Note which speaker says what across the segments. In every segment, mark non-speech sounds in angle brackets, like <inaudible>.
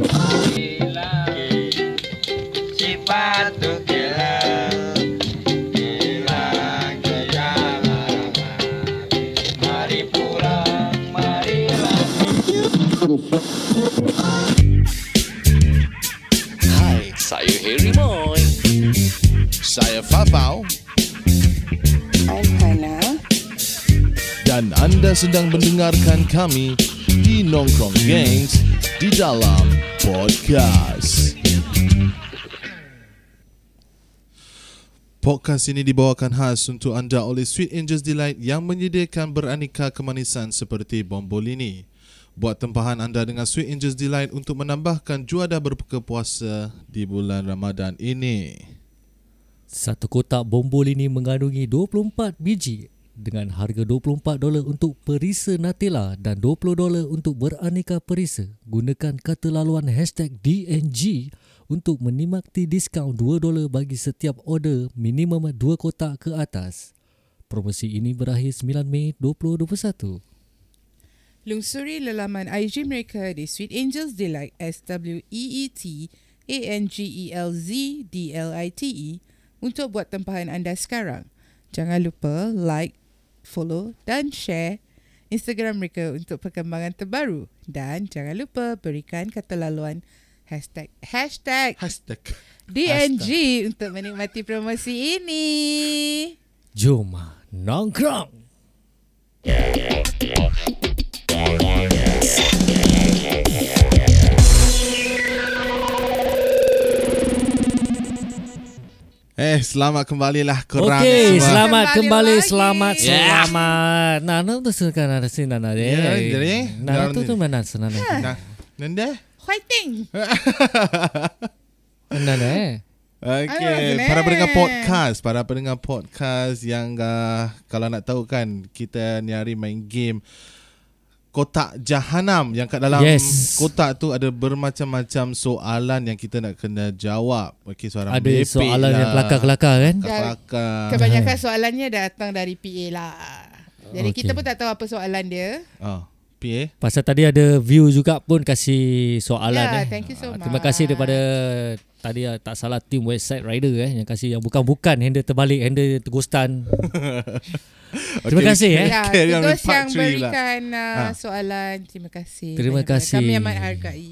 Speaker 1: Hilang Sifat tu hilang Hilang kejalan Mari pulang, marilah
Speaker 2: Hai, saya Harry Boy.
Speaker 3: Saya Fafau
Speaker 4: I'm Hana.
Speaker 3: dan anda sedang mendengarkan kami di Nongkrong Gangs di dalam podcast. Podcast ini dibawakan khas untuk anda oleh Sweet Angels Delight yang menyediakan beraneka kemanisan seperti bombolini. Buat tempahan anda dengan Sweet Angels Delight untuk menambahkan juada berbuka puasa di bulan Ramadan ini.
Speaker 5: Satu kotak bombol ini mengandungi 24 biji dengan harga $24 untuk perisa Nutella dan $20 untuk beraneka perisa. Gunakan kata laluan hashtag DNG untuk menikmati diskaun $2 bagi setiap order minimum 2 kotak ke atas. Promosi ini berakhir 9 Mei 2021.
Speaker 6: Lungsuri lelaman IG mereka di Sweet Angels Delight E S-W-E-E-T-A-N-G-E-L-Z-D-L-I-T-E E, untuk buat tempahan anda sekarang. Jangan lupa like, follow dan share Instagram mereka untuk perkembangan terbaru. Dan jangan lupa berikan kata laluan hashtag, hashtag
Speaker 3: Hashtag.
Speaker 6: DNG untuk menikmati promosi ini.
Speaker 5: Jom ah, nongkrong!
Speaker 3: Eh, selamat kembalilah korang
Speaker 5: Okey,
Speaker 3: semua.
Speaker 5: selamat
Speaker 6: Kembali
Speaker 5: kembali,
Speaker 6: lagi.
Speaker 5: selamat,
Speaker 3: Yeah.
Speaker 5: selamat. Nah, nak tu sekarang ada sini nana deh.
Speaker 3: Ya, jadi,
Speaker 5: Nana
Speaker 3: dalam
Speaker 5: tu
Speaker 3: ni.
Speaker 5: tu mana senang deh.
Speaker 6: Ha.
Speaker 3: Nah, Nanda.
Speaker 6: Fighting!
Speaker 5: Nana eh.
Speaker 3: Okey,
Speaker 6: Aduh, senang.
Speaker 3: para pendengar podcast, para pendengar podcast yang uh, kalau nak tahu kan kita ni hari main game kotak jahanam yang kat dalam
Speaker 5: Yes.
Speaker 3: kotak tu ada bermacam-macam soalan yang kita nak kena jawab. Okey, seorang
Speaker 5: Ada
Speaker 3: merepek
Speaker 5: soalan
Speaker 3: lah.
Speaker 5: yang kelakar-kelakar kan?
Speaker 3: Kelakar.
Speaker 6: Kebanyakan soalannya datang dari PA lah. Jadi
Speaker 5: Okey.
Speaker 6: okay. kita pun tak tahu apa soalan dia.
Speaker 3: Ah, PA.
Speaker 5: Pasal tadi ada view juga pun kasih soalan
Speaker 6: Ya,
Speaker 5: eh.
Speaker 6: thank you so
Speaker 5: Ah,
Speaker 6: much.
Speaker 5: Terima kasih daripada tadi ah, tak salah team website rider eh yang kasih yang bukan-bukan handle terbalik, handle
Speaker 3: <laughs>
Speaker 5: tergostan. Terima
Speaker 3: Okey,
Speaker 5: kasih eh.
Speaker 6: Ya,
Speaker 3: Carry on with
Speaker 6: terus
Speaker 3: part
Speaker 6: yang
Speaker 3: three lah.
Speaker 6: berikan uh,
Speaker 3: Ha.
Speaker 6: soalan. Terima kasih.
Speaker 5: Terima
Speaker 6: Banyak-banyak.
Speaker 5: kasih.
Speaker 6: Kami amat hargai.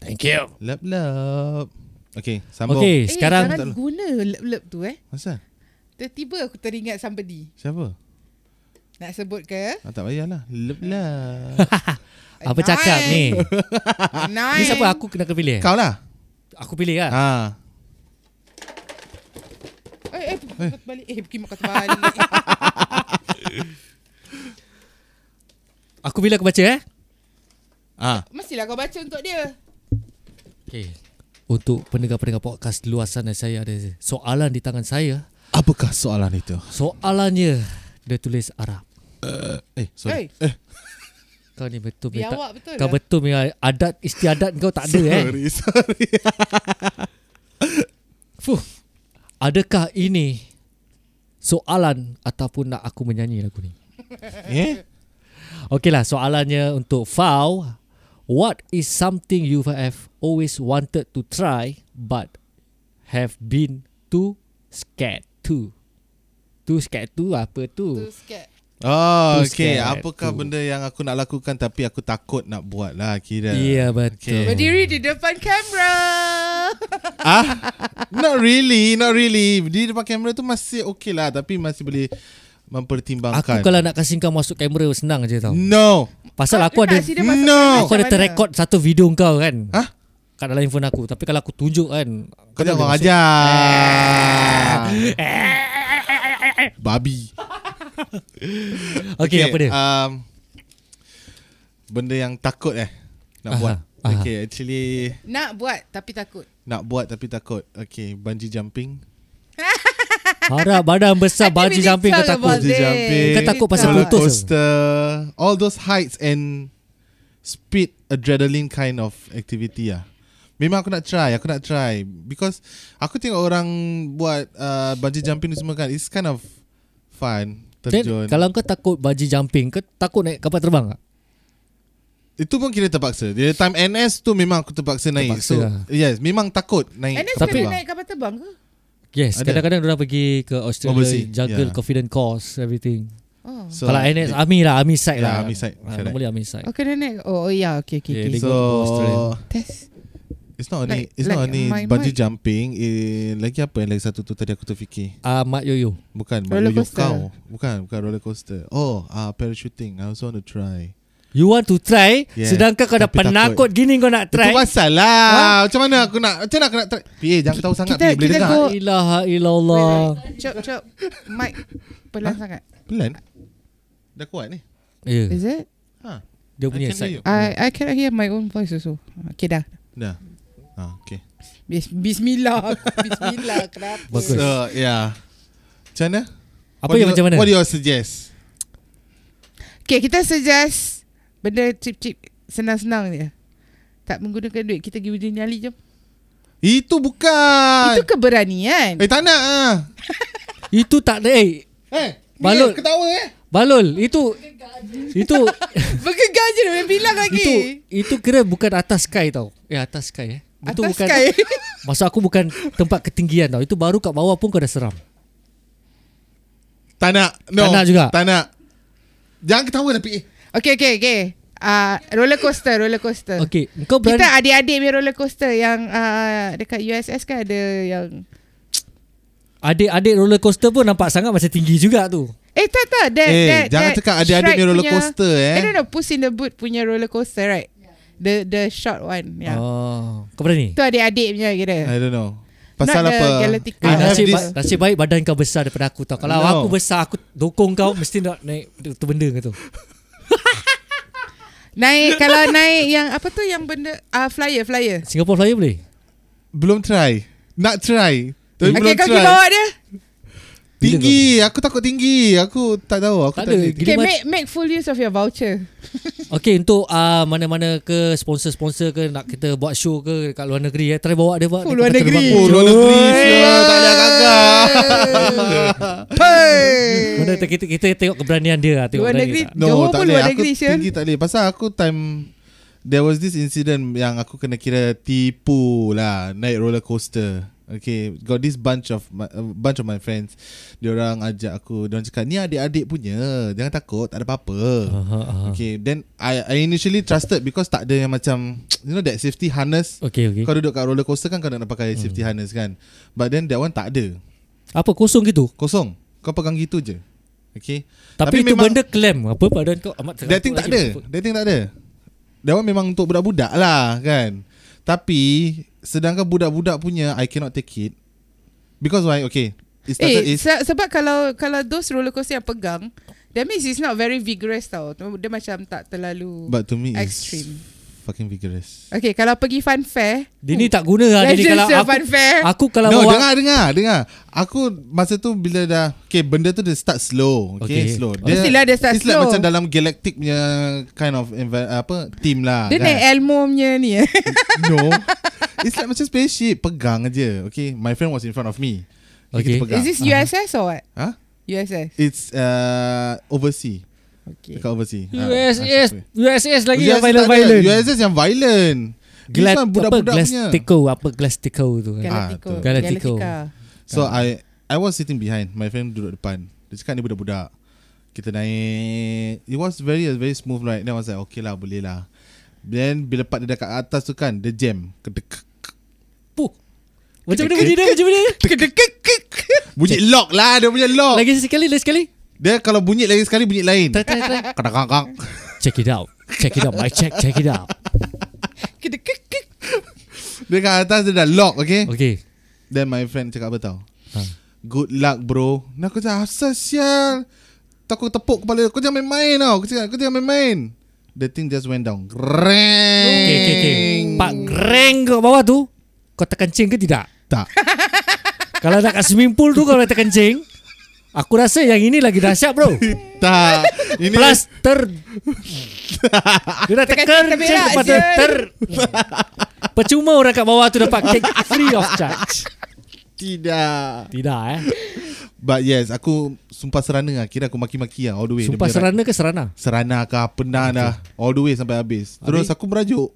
Speaker 5: Thank you.
Speaker 3: Lap lap. Okey, sambung.
Speaker 5: Okey,
Speaker 6: Eh,
Speaker 5: sekarang
Speaker 6: jangan guna lep-lep tu eh.
Speaker 3: Masa?
Speaker 6: Tiba-tiba aku teringat somebody.
Speaker 3: Siapa?
Speaker 6: Nak sebut ke?
Speaker 3: <laughs> Ah, tak payahlah. Lap lap.
Speaker 5: <laughs> apa cakap ni?
Speaker 6: Nine.
Speaker 5: Ni siapa aku kena pilih? eh?
Speaker 3: Kau lah.
Speaker 5: Aku pilih lah.
Speaker 3: Ah.
Speaker 6: Eh, eh, eh. balik. Eh, pergi makan
Speaker 3: <laughs>
Speaker 6: balik.
Speaker 5: Aku pilih aku baca eh.
Speaker 3: Ah.
Speaker 6: Mestilah kau baca untuk dia.
Speaker 5: Okay. Untuk pendengar-pendengar podcast di luar sana saya ada soalan di tangan saya.
Speaker 3: Apakah soalan itu?
Speaker 5: Soalannya dia tulis Arab.
Speaker 3: Eh, sorry.
Speaker 6: Hey,
Speaker 5: Kau ni betul
Speaker 6: Biawak
Speaker 5: tak-
Speaker 6: betul
Speaker 5: Kau
Speaker 6: lah.
Speaker 5: betul punya adat istiadat kau tak ada eh.
Speaker 3: Sorry, sorry.
Speaker 5: Fuh. Adakah ini soalan ataupun nak aku menyanyi lagu ni?
Speaker 3: <laughs> eh?
Speaker 5: Okeylah soalannya untuk Fau. What is something you have always wanted to try but have been too scared to? Too scared to apa tu?
Speaker 6: tu sikit.
Speaker 3: Oh,
Speaker 5: Tu
Speaker 3: okay.
Speaker 5: scared,
Speaker 3: Apakah
Speaker 5: tu.
Speaker 3: benda yang aku nak lakukan tapi aku takut nak buat lah kira.
Speaker 5: Ya betul.
Speaker 3: Okay.
Speaker 6: Berdiri di depan kamera.
Speaker 3: Ah, not really, not really. Di depan kamera tu masih okay lah tapi masih boleh
Speaker 5: Aku
Speaker 3: mempertimbangkan.
Speaker 5: kalau nak kasih kau masuk kamera senang je tau.
Speaker 3: No.
Speaker 5: Pasal
Speaker 6: Kau <laughs>
Speaker 5: aku ada
Speaker 6: nak kasi dia masuk
Speaker 3: No.
Speaker 6: kamera
Speaker 5: aku ada
Speaker 6: macam mana?
Speaker 5: terrekod satu video kau kan.
Speaker 3: Hah?
Speaker 5: Kat dalam handphone aku. Tapi kalau aku tunjuk kan.
Speaker 3: Kau jangan
Speaker 5: boleh
Speaker 3: orang
Speaker 5: masuk.
Speaker 3: ajar. Babi.
Speaker 5: Okey okay, apa dia?
Speaker 3: Um, benda yang takut eh nak
Speaker 5: Aha,
Speaker 3: buat.
Speaker 5: aha.
Speaker 3: Okay, actually
Speaker 6: Nak buat tapi takut.
Speaker 3: nak buat tapi takut. Okay, bungee jumping.
Speaker 5: Harap badan
Speaker 6: I <laughs>
Speaker 5: besar
Speaker 6: think
Speaker 5: bangji
Speaker 6: we need
Speaker 5: jumping kau
Speaker 6: talk
Speaker 5: takut.
Speaker 6: about
Speaker 3: Bungee
Speaker 6: Boleh.
Speaker 3: jumping
Speaker 5: Kau takut pasal
Speaker 3: roller
Speaker 5: putus ke?
Speaker 3: coaster All those heights and Speed adrenaline kind of activity lah Memang aku nak try Aku nak try Because Aku tengok orang Buat uh, bungee jumping ni semua kan It's kind of Fun
Speaker 5: Then,
Speaker 3: Terjun
Speaker 5: kalau kau takut bungee jumping, kau takut naik kapal terbang tak?
Speaker 3: Itu pun kira terpaksa. Dia time NS tu memang aku terpaksa naik.
Speaker 5: Terpaksa
Speaker 3: so,
Speaker 5: lah.
Speaker 3: yes, memang takut naik.
Speaker 6: And then
Speaker 5: Tapi-
Speaker 6: tapi naik kapal terbang ke?
Speaker 5: Yes,
Speaker 3: Ada.
Speaker 5: kadang-kadang orang pergi ke Australia
Speaker 3: Overseas,
Speaker 5: juggle
Speaker 3: yeah.
Speaker 5: confident course everything.
Speaker 6: Oh.
Speaker 3: So,
Speaker 5: So, Kalau NS Army lah, Army side
Speaker 3: Yeah,
Speaker 5: lah.
Speaker 3: army side,
Speaker 5: Ah,
Speaker 3: correct.
Speaker 5: normally Army side.
Speaker 6: Oh, kena naik. Oh, oh, ya. Okay, okay,
Speaker 5: Yeah,
Speaker 6: okay.
Speaker 5: they
Speaker 3: so
Speaker 5: go to Australia.
Speaker 6: Test.
Speaker 3: it's not only
Speaker 6: Like-
Speaker 3: it's not
Speaker 6: like
Speaker 3: only
Speaker 6: my
Speaker 3: bungee
Speaker 6: mic.
Speaker 3: jumping. Eh, lagi apa yang lagi satu tu tadi aku terfikir.
Speaker 5: Ah, Mat Yoyo.
Speaker 3: Bukan
Speaker 6: Roller
Speaker 3: Malayuk
Speaker 6: coaster.
Speaker 3: kau. Bukan bukan roller coaster. Oh, ah parachuting. I also want to try.
Speaker 5: You want to try
Speaker 3: Yeah,
Speaker 5: sedangkan kau dah
Speaker 3: tapi
Speaker 5: penakut gini kau nak
Speaker 3: Try?
Speaker 5: try.
Speaker 3: Itu pasal lah. Macam mana aku nak macam mana aku nak try? PA jangan tahu sangat
Speaker 6: kita-
Speaker 3: ni, boleh
Speaker 6: kita
Speaker 3: dengar.
Speaker 6: go-
Speaker 5: La ilaha illallah.
Speaker 6: Cop, cop. Mic pelan sangat.
Speaker 3: Pelan. Dah kuat ni.
Speaker 5: Ya,
Speaker 6: Is it?
Speaker 3: Ha.
Speaker 5: dia
Speaker 3: I
Speaker 5: punya
Speaker 3: can hear
Speaker 5: side.
Speaker 3: you.
Speaker 6: I I cannot hear my own voice also. Okay, dah.
Speaker 3: Dah. Ah, okay.
Speaker 6: Bis- Bismillah. <laughs> Bismillah. Kenapa?
Speaker 5: Bagus.
Speaker 3: So, yeah. Macam mana?
Speaker 5: Apa
Speaker 3: What do you-
Speaker 5: yang macam mana?
Speaker 3: What do you all suggest?
Speaker 6: Okay, kita suggest benda cheap-cheap, senang-senang je. Tak menggunakan duit, kita pergi uji nyali jom.
Speaker 3: Itu bukan.
Speaker 6: Itu kan. keberanian.
Speaker 3: Eh tak nak ah.
Speaker 5: Itu tak ada eh.
Speaker 3: Eh,
Speaker 5: Balut.
Speaker 3: Mia, ketawa eh.
Speaker 5: Balul, itu
Speaker 3: <laughs>
Speaker 5: itu
Speaker 6: Bergegar je dia bilang lagi.
Speaker 5: itu itu kira bukan atas sky tau. Eh atas sky eh. Itu
Speaker 6: Atas
Speaker 5: bukan
Speaker 6: sky.
Speaker 5: Maksud aku bukan tempat ketinggian tau. Itu baru kat bawah pun kau dah seram.
Speaker 3: Tak nak. No.
Speaker 5: Tak nak juga. Eh.
Speaker 3: Tak nak. Jangan ketawa lah PA.
Speaker 6: okay, okay, okay. Uh, roller coaster, roller coaster.
Speaker 5: Okey, kau berani
Speaker 6: Kita adik-adik punya roller coaster yang uh, dekat USS kan ada yang
Speaker 5: adik-adik roller coaster pun nampak sangat macam tinggi juga tu.
Speaker 6: Eh tak tak that,
Speaker 3: Eh,
Speaker 6: that,
Speaker 3: jangan
Speaker 6: that
Speaker 3: cakap adik-adik
Speaker 6: Shrek
Speaker 3: punya roller coaster, eh.
Speaker 6: I don't know Puss in the Boot punya roller coaster right The the short one
Speaker 3: Ya.
Speaker 6: yeah.
Speaker 5: Oh, kau berani?
Speaker 6: Tu adik-adik punya kira
Speaker 3: I don't know. Pasal
Speaker 6: Not the
Speaker 3: apa?
Speaker 6: Galactica.
Speaker 5: Eh,
Speaker 3: I have
Speaker 5: nasib,
Speaker 3: this.
Speaker 5: ba- nasib baik badan kau besar daripada aku tau. Kalau
Speaker 3: No.
Speaker 5: aku besar, aku dokong kau mesti nak naik tu benda ke tu.
Speaker 6: Naik kalau naik yang apa tu yang benda ah flyer flyer.
Speaker 5: Singapore Flyer boleh?
Speaker 3: Belum try. Nak try. Tapi
Speaker 6: Okey
Speaker 3: belum
Speaker 6: kau pergi
Speaker 3: try.
Speaker 6: bawa dia.
Speaker 3: Tinggi. Aku takut tinggi. Aku tak tahu. Aku tak,
Speaker 5: Tak ada.
Speaker 3: boleh.
Speaker 5: Gila
Speaker 6: Okay,
Speaker 5: mat-
Speaker 6: make make full use of your voucher.
Speaker 5: Okay, untuk uh, mana-mana ke sponsor-sponsor ke nak kita buat show ke dekat luar negeri eh. Try bawa dia buat.
Speaker 6: Oh, luar negeri.
Speaker 3: Oh, luar negeri. Sial, Tak boleh agak-agak.
Speaker 6: <laughs>
Speaker 3: <laughs>
Speaker 6: Hey.
Speaker 5: Mana kita, kita tengok keberanian dia lah. Tengok
Speaker 6: Luar
Speaker 5: berani
Speaker 6: negeri.
Speaker 5: tak.
Speaker 3: No, tak
Speaker 6: Johor pun kan?
Speaker 3: boleh.
Speaker 6: luar
Speaker 3: Aku
Speaker 6: negeri, Syul.
Speaker 3: tinggi tak boleh. Pasal aku time... There was this incident yang aku kena kira tipu lah naik roller coaster. Okay, got this bunch of my, a bunch of my friends. Diorang ajak aku. Diorang cakap, ni adik-adik punya. Jangan takut, tak ada apa-apa.
Speaker 5: Aha, aha.
Speaker 3: Okay, then I I initially trusted because tak ada yang macam you know that safety harness.
Speaker 5: Okay, okay. Hmm.
Speaker 3: Kau duduk kat roller coaster kan kau nak pakai safety harness kan. But then that one tak ada.
Speaker 5: Apa kosong gitu?
Speaker 3: Kosong. Kau pegang gitu je. Okay.
Speaker 5: Tapi, itu benda claim apa badan kau amat
Speaker 3: that thing tak ada. That thing tak ada. That one memang untuk budak-budak lah kan. Tapi sedangkan budak-budak punya I cannot take it. Because why? Okay. It started
Speaker 6: Eh,
Speaker 3: is
Speaker 6: se- sebab kalau kalau those roller coaster yang pegang, that means it's not very vigorous tau. Dia macam tak terlalu
Speaker 3: but to me it's
Speaker 6: extreme.
Speaker 3: fucking vigorous.
Speaker 6: Okay, kalau pergi fun fair,
Speaker 5: Dia ni tak guna lah. Dia ni
Speaker 6: Legends
Speaker 5: kalau
Speaker 6: of
Speaker 5: aku,
Speaker 6: unfair.
Speaker 5: aku kalau
Speaker 3: no,
Speaker 5: bawa
Speaker 3: dengar dengar dengar. Aku masa tu bila dah okay benda tu dia start slow. Okay,
Speaker 5: Okay.
Speaker 3: okay. slow.
Speaker 6: Oh, Mestilah dia start
Speaker 3: it's like
Speaker 6: slow.
Speaker 3: macam dalam galactic punya kind of envi- apa team lah.
Speaker 6: dia
Speaker 3: kan?
Speaker 6: naik Elmo punya ni eh.
Speaker 3: No. It's like macam spaceship pegang aje. Okay, my friend was in front of me. Okay. Kita
Speaker 5: Okay.
Speaker 3: pegang.
Speaker 6: Is this USS or what?
Speaker 3: Huh?
Speaker 6: USS.
Speaker 3: It's uh, overseas.
Speaker 6: Okay.
Speaker 3: Dekat overseas. Ha,
Speaker 5: USS
Speaker 3: ha,
Speaker 5: USS lagi
Speaker 3: USS
Speaker 5: yang violent
Speaker 3: tak ada.
Speaker 5: violent.
Speaker 3: USS yang violent. This one
Speaker 5: Glad, apa
Speaker 3: budak-budak punya.
Speaker 5: Glastico apa Glastico tu kan.
Speaker 3: Ah,
Speaker 6: Galactico.
Speaker 5: tu. Galactico.
Speaker 3: So I I was sitting behind. My friend duduk depan. Dia cakap ni budak-budak. Kita naik. It was very a very smooth ride. Then I was like okay lah boleh lah. Then bila part dia dah kat atas tu kan dia jam. Kedek.
Speaker 5: Puh. Macam mana bunyi dia? Macam mana?
Speaker 3: Bunyi lock lah dia punya lock.
Speaker 5: Lagi sekali, lagi sekali.
Speaker 3: Dia kalau bunyi lagi sekali bunyi lain.
Speaker 5: Try, try, try.
Speaker 3: Kadang-kadang.
Speaker 5: Check it out. Check it out. My check, check it out.
Speaker 3: Dia kat atas dia dah lock okay.
Speaker 5: Okay.
Speaker 3: Then my friend cakap apa tau
Speaker 5: Ha.
Speaker 3: Good luck bro Dan aku cakap Asal sial Takut tepuk kepala Kau jangan main-main tau Aku cakap kau jangan main-main The thing just went down Greng
Speaker 5: Okay, okay, okay. Pak Greng kat bawah tu, kau terkencing ke tidak?
Speaker 3: Tak <laughs>
Speaker 5: Kalau nak kat swimming pool tu kau dah terkencing, aku rasa yang ini lagi dahsyat bro.
Speaker 3: Tak Ini
Speaker 5: Plus ter Dia dah
Speaker 6: Terkencing
Speaker 5: terkencing
Speaker 6: terberak,
Speaker 5: lepas tu
Speaker 6: Zul.
Speaker 5: ter Percuma orang kat bawah tu dapat cake free of charge
Speaker 3: Tidak
Speaker 5: Tidak eh
Speaker 3: But yes, aku sumpah serana lah. Kira aku maki-maki lah all the way. Dia
Speaker 5: Sumpah
Speaker 3: punya ride.
Speaker 5: serana ke serana?
Speaker 3: Serana ke pernah dah. All the way sampai habis. Terus
Speaker 5: Habis?
Speaker 3: aku merajuk.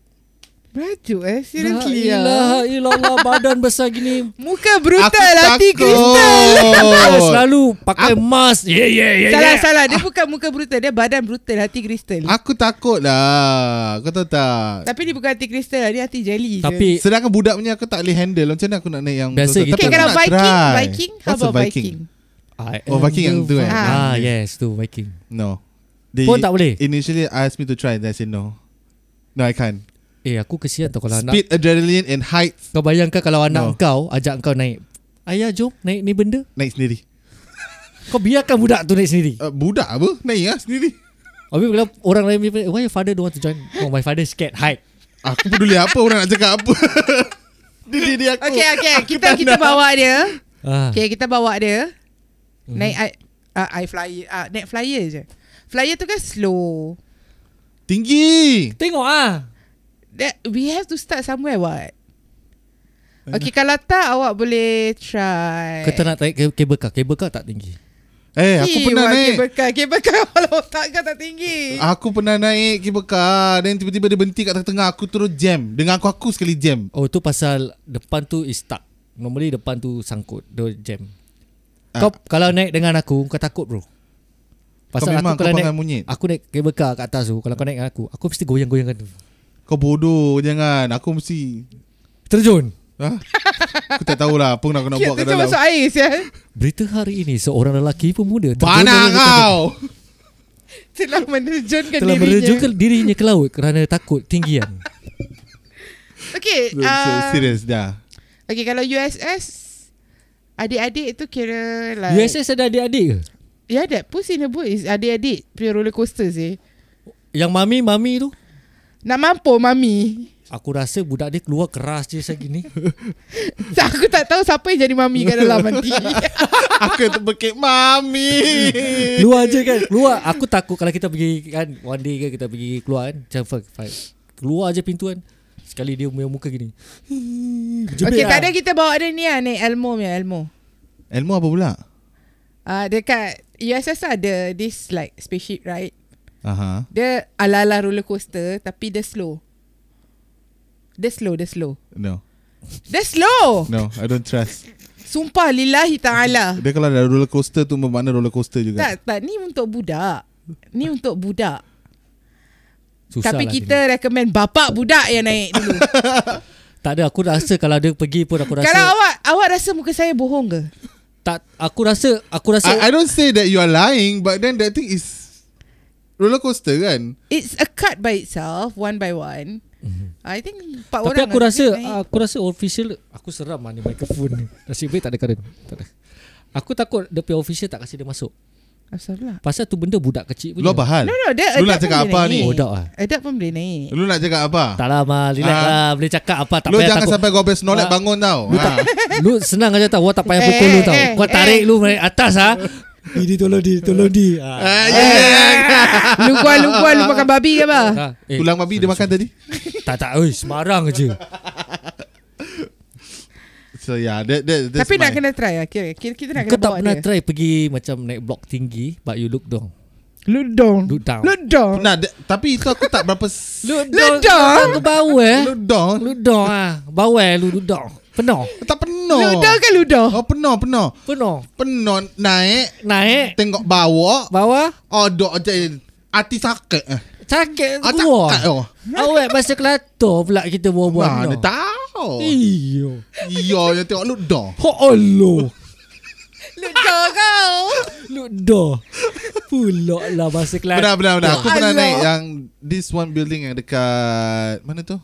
Speaker 6: Berajuk eh Seriously lah
Speaker 5: La ilaha illallah badan besar gini
Speaker 6: Muka brutal
Speaker 3: aku
Speaker 6: Hati kristal
Speaker 3: takut.
Speaker 5: <laughs> Selalu pakai mask Yeah yeah yeah
Speaker 6: Salah
Speaker 5: yeah.
Speaker 6: salah Dia bukan muka brutal Dia badan brutal Hati kristal
Speaker 3: aku takut lah. Kau tahu tak?
Speaker 6: Tapi dia bukan hati kristal Dia hati jelly je.
Speaker 5: Tapi
Speaker 3: Sedangkan budak punya aku tak boleh handle. Macam mana aku nak naik yang
Speaker 5: Biasa
Speaker 3: Tapi
Speaker 5: kita-
Speaker 6: Okay
Speaker 3: aku
Speaker 6: kalau
Speaker 3: nak
Speaker 6: Viking
Speaker 3: try.
Speaker 6: Viking How
Speaker 3: What's a
Speaker 6: about Viking?
Speaker 5: I
Speaker 3: Oh,
Speaker 5: am
Speaker 3: Viking yang
Speaker 5: the
Speaker 3: tu, eh?
Speaker 5: Viking.
Speaker 3: Ah.
Speaker 5: Ah yes tu Viking
Speaker 3: No. They
Speaker 5: Pun tak boleh?
Speaker 3: Initially asked me to try and I said no. No, I can't.
Speaker 5: Eh aku kesian tau kalau anak
Speaker 3: Speed, adrenaline and height
Speaker 5: Kau bayangkan kalau
Speaker 3: No.
Speaker 5: anak kau Ajak kau naik Ayah jom naik ni benda
Speaker 3: naik sendiri.
Speaker 5: Kau biarkan budak tu naik sendiri
Speaker 3: Uh, budak apa? Naik lah sendiri.
Speaker 5: Habis bila orang lain punya, Why your father don't want to join Oh my father scared height
Speaker 3: Aku peduli apa orang nak cakap apa. <laughs> dia dia dia aku.
Speaker 6: Okay okay
Speaker 3: Oh, Aku
Speaker 6: Kita
Speaker 3: tak
Speaker 6: kita
Speaker 3: nak.
Speaker 6: bawa dia
Speaker 5: ah.
Speaker 6: Okay kita bawa dia Naik I, uh, I flyer uh, Naik flyer je Flyer tu kan slow
Speaker 3: Tinggi.
Speaker 5: Tengok ah
Speaker 6: That We have to start somewhere what Okay kalau tak Awak boleh try
Speaker 5: Kau tak nak tarik ke- kabel kau Kabel kau tak tinggi
Speaker 3: Eh, aku
Speaker 6: Ih,
Speaker 3: pernah
Speaker 6: wah,
Speaker 3: naik. Ah,
Speaker 6: Kabel car Kabel car <laughs> Walau tak kau tak tinggi
Speaker 3: Aku pernah naik cable car Then tiba-tiba dia berhenti kat tengah-tengah Aku terus jam Dengan aku aku sekali jam
Speaker 5: Oh tu pasal Depan tu is stuck Normally depan tu sangkut Dia jam
Speaker 3: Ah.
Speaker 5: Kau kalau naik dengan aku Kau takut bro Pasal
Speaker 3: memang-
Speaker 5: aku kalau
Speaker 3: kau
Speaker 5: naik
Speaker 3: pangan monyet.
Speaker 5: Aku naik kabel car kat atas tu Kalau kau naik dengan aku Aku mesti goyang-goyangkan tu
Speaker 3: Kau bodoh jangan Aku mesti
Speaker 5: Terjun
Speaker 3: ha? Aku tak tahulah Apa yang aku nak buat
Speaker 6: Kira
Speaker 3: kat
Speaker 6: tu ya.
Speaker 3: dalam
Speaker 6: masuk air sial
Speaker 5: Berita hari ini Seorang lelaki pemuda terjun-
Speaker 3: Bana kau
Speaker 6: <laughs> Telah menerjunkan
Speaker 5: Telah
Speaker 6: dirinya
Speaker 5: merujukkan dirinya ke laut Kerana takut tinggian
Speaker 6: Okay
Speaker 3: so, so,
Speaker 6: uh,
Speaker 3: Serius dah
Speaker 6: Okay kalau USS Adik-adik tu kira like
Speaker 5: USS ada adik-adik ke?
Speaker 6: Yeah that puss in the boot Is adik-adik Pre roller coaster sih
Speaker 5: Yang mami-mami tu
Speaker 6: Nak mampu mami
Speaker 5: Aku rasa budak dia keluar keras je segini
Speaker 6: Tak, <laughs> Aku tak tahu siapa yang jadi mami kat dalam nanti
Speaker 3: Aku yang terbekik Mami
Speaker 5: Keluar je kan Keluar Aku takut kalau kita pergi kan One day kan kita pergi keluar kan Macam fuck, fuck. Keluar je pintu kan Sekali dia punya muka gini Berjubit
Speaker 6: Okay
Speaker 5: lah.
Speaker 6: kadang kita bawa dia ni lah Naik Elmo punya Elmo
Speaker 3: Elmo apa pula?
Speaker 6: uh, Dekat USS lah ada This like spaceship right
Speaker 3: Aha.
Speaker 6: Dia ala-ala roller coaster Tapi dia slow Dia slow Dia slow
Speaker 3: No
Speaker 6: Dia slow
Speaker 3: No I don't trust
Speaker 6: Sumpah lillahi ta'ala
Speaker 3: Dia kalau ada roller coaster tu Bermakna roller coaster juga
Speaker 6: Tak tak Ni untuk budak Ni untuk budak
Speaker 5: Susah
Speaker 6: Tapi
Speaker 5: lah
Speaker 6: kita
Speaker 5: gini.
Speaker 6: recommend Bapak budak yang naik dulu
Speaker 5: Tak ada aku rasa Kalau dia pergi pun aku <laughs> rasa
Speaker 6: Kalau awak Awak rasa muka saya bohong ke?
Speaker 5: tak, Aku rasa Aku rasa
Speaker 6: Ah,
Speaker 3: I, I don't say that you are lying But then that thing is Roller coaster kan
Speaker 6: It's a cut by itself One by one mm-hmm. I think empat
Speaker 5: Tapi
Speaker 6: orang
Speaker 5: aku
Speaker 6: lah
Speaker 5: rasa uh,
Speaker 6: naik.
Speaker 5: Aku rasa official Aku seram lah ni microphone ni Nasib baik tak ada current Tak ada Aku takut Dia punya official tak kasi dia masuk
Speaker 6: Asal pula
Speaker 5: Pasal tu benda budak kecil punya
Speaker 3: Luar bahal
Speaker 6: No no dia
Speaker 3: Lu
Speaker 6: adult
Speaker 3: nak
Speaker 6: pun
Speaker 3: cakap
Speaker 6: boleh
Speaker 3: apa
Speaker 6: naik.
Speaker 3: ni?
Speaker 5: Bodak lah.
Speaker 6: Adult pun boleh naik
Speaker 3: Lu nak cakap apa?
Speaker 5: Tak lah Mal Relax
Speaker 3: Ah.
Speaker 5: lah Boleh cakap apa Tak
Speaker 3: Lu
Speaker 5: payah
Speaker 3: jangan
Speaker 5: takut
Speaker 3: sampai kau habis nolak
Speaker 5: Ah.
Speaker 3: bangun tau ha.
Speaker 5: <laughs> Lu senang aja tau Wah tak payah pukul
Speaker 6: Eh,
Speaker 5: lu tau
Speaker 6: eh,
Speaker 5: Kau tarik
Speaker 6: eh.
Speaker 5: lu naik atas ha Di tolong di Tolong di ha.
Speaker 3: Ah, <laughs>
Speaker 6: Eh.
Speaker 3: yeah.
Speaker 6: <laughs> Lu kuat lu kuat Lu makan babi ke apa?
Speaker 5: eh,
Speaker 3: Tulang babi dia makan tadi
Speaker 5: Tak tak oi, Semarang je
Speaker 3: So yeah that, that, that's
Speaker 6: Tapi nak
Speaker 3: my-
Speaker 6: kena try lah Kira, kira kita nak kena
Speaker 5: Kau tak
Speaker 6: bawa
Speaker 5: pernah
Speaker 6: dia
Speaker 5: try Pergi macam naik blok tinggi But you look down
Speaker 6: Lu dong
Speaker 5: Look down.
Speaker 6: Lu dong
Speaker 3: Nah, da- tapi itu aku tak berapa
Speaker 5: <laughs>
Speaker 3: s-
Speaker 5: Look
Speaker 6: down. eh?
Speaker 5: Ke bawah
Speaker 3: Lu dong
Speaker 5: eh? Lu dong ah Bawah lu lu dong Penuh
Speaker 3: Tak penuh
Speaker 6: Lu dong ke lu dong?
Speaker 3: Oh penuh penuh
Speaker 5: Penuh
Speaker 3: Penuh naik
Speaker 5: Naik
Speaker 3: Tengok bawah
Speaker 5: Bawah
Speaker 3: Odok je Hati sakit eh.
Speaker 5: Sakit
Speaker 3: Ah,
Speaker 5: keluar
Speaker 3: Sakit oh.
Speaker 5: Awek bahasa Kelantan pula kita buat-buat
Speaker 3: Mana
Speaker 5: penuh.
Speaker 3: tahu
Speaker 5: Iyo
Speaker 3: Yo yang tengok lu dong
Speaker 5: Ho
Speaker 6: <laughs>
Speaker 5: Allah
Speaker 6: Lu dong kau
Speaker 5: Lu dah Pulak lah bahasa Kelantan
Speaker 3: Benar benar benar Aku pernah
Speaker 6: Allah.
Speaker 3: naik yang This one building yang dekat Mana tu?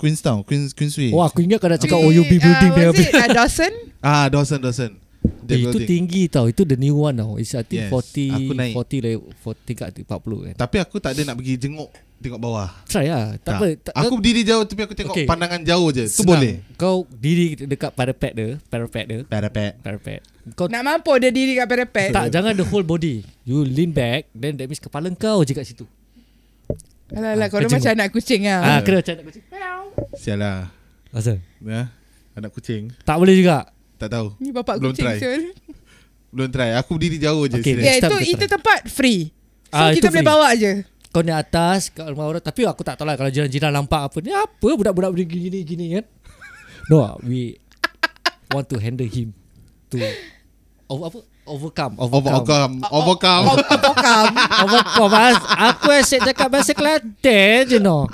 Speaker 3: Queenstown Queens, Queensway
Speaker 5: Wah Oh, aku ingat kau nak cakap OUB building
Speaker 6: uh,
Speaker 5: dia
Speaker 6: Was
Speaker 5: habis.
Speaker 6: it uh, Dawson?
Speaker 3: Ah Dawson Dawson That
Speaker 5: Eh, itu
Speaker 3: building.
Speaker 5: tinggi tau Itu the new one tau It's I think
Speaker 3: Yes, aku
Speaker 5: 40
Speaker 3: naik.
Speaker 5: 40 lah 40 kat 40 kan
Speaker 3: Tapi aku tak ada nak pergi jenguk Tengok bawah
Speaker 5: Try lah Tak, apa tak,
Speaker 3: Aku berdiri jauh Tapi aku tengok
Speaker 5: Okay.
Speaker 3: pandangan jauh je Itu
Speaker 5: senang.
Speaker 3: boleh
Speaker 5: Kau diri dekat parapet dia Parapet dia
Speaker 3: Parapet
Speaker 5: Parapet Kau
Speaker 6: Nak mampu dia diri kat parapet
Speaker 5: Oh. tak jangan the whole body You lean back Then that means kepala kau je kat situ
Speaker 6: Alah alah
Speaker 5: Ah,
Speaker 6: kau orang
Speaker 5: kau
Speaker 6: macam anak kucing
Speaker 5: Ah,
Speaker 6: lah
Speaker 5: Kena macam nak kucing
Speaker 3: Sial lah
Speaker 5: Asal
Speaker 3: ya? Anak kucing
Speaker 5: Tak boleh juga
Speaker 3: Tak tahu
Speaker 6: Ni bapak
Speaker 3: Belum
Speaker 6: kucing
Speaker 3: try.
Speaker 6: Syul
Speaker 3: Belum try. Aku berdiri jauh je. Okay,
Speaker 5: Okay, next
Speaker 6: Ya, yeah,
Speaker 5: time
Speaker 6: itu,
Speaker 5: kita
Speaker 6: itu
Speaker 5: try.
Speaker 6: tempat free. So ah,
Speaker 5: Ah, itu
Speaker 6: kita boleh
Speaker 5: free.
Speaker 6: bawa je.
Speaker 5: Kau naik atas kat rumah orang Tapi aku tak tahu lah Kalau jiran-jiran nampak apa ni Apa budak-budak boleh gini-gini kan <laughs> No We Want to handle him To over, apa? Overcome Overcome
Speaker 3: overcome. Overcome.
Speaker 5: Overcome Overcome Mas, Aku asyik cakap bahasa Kelantan je no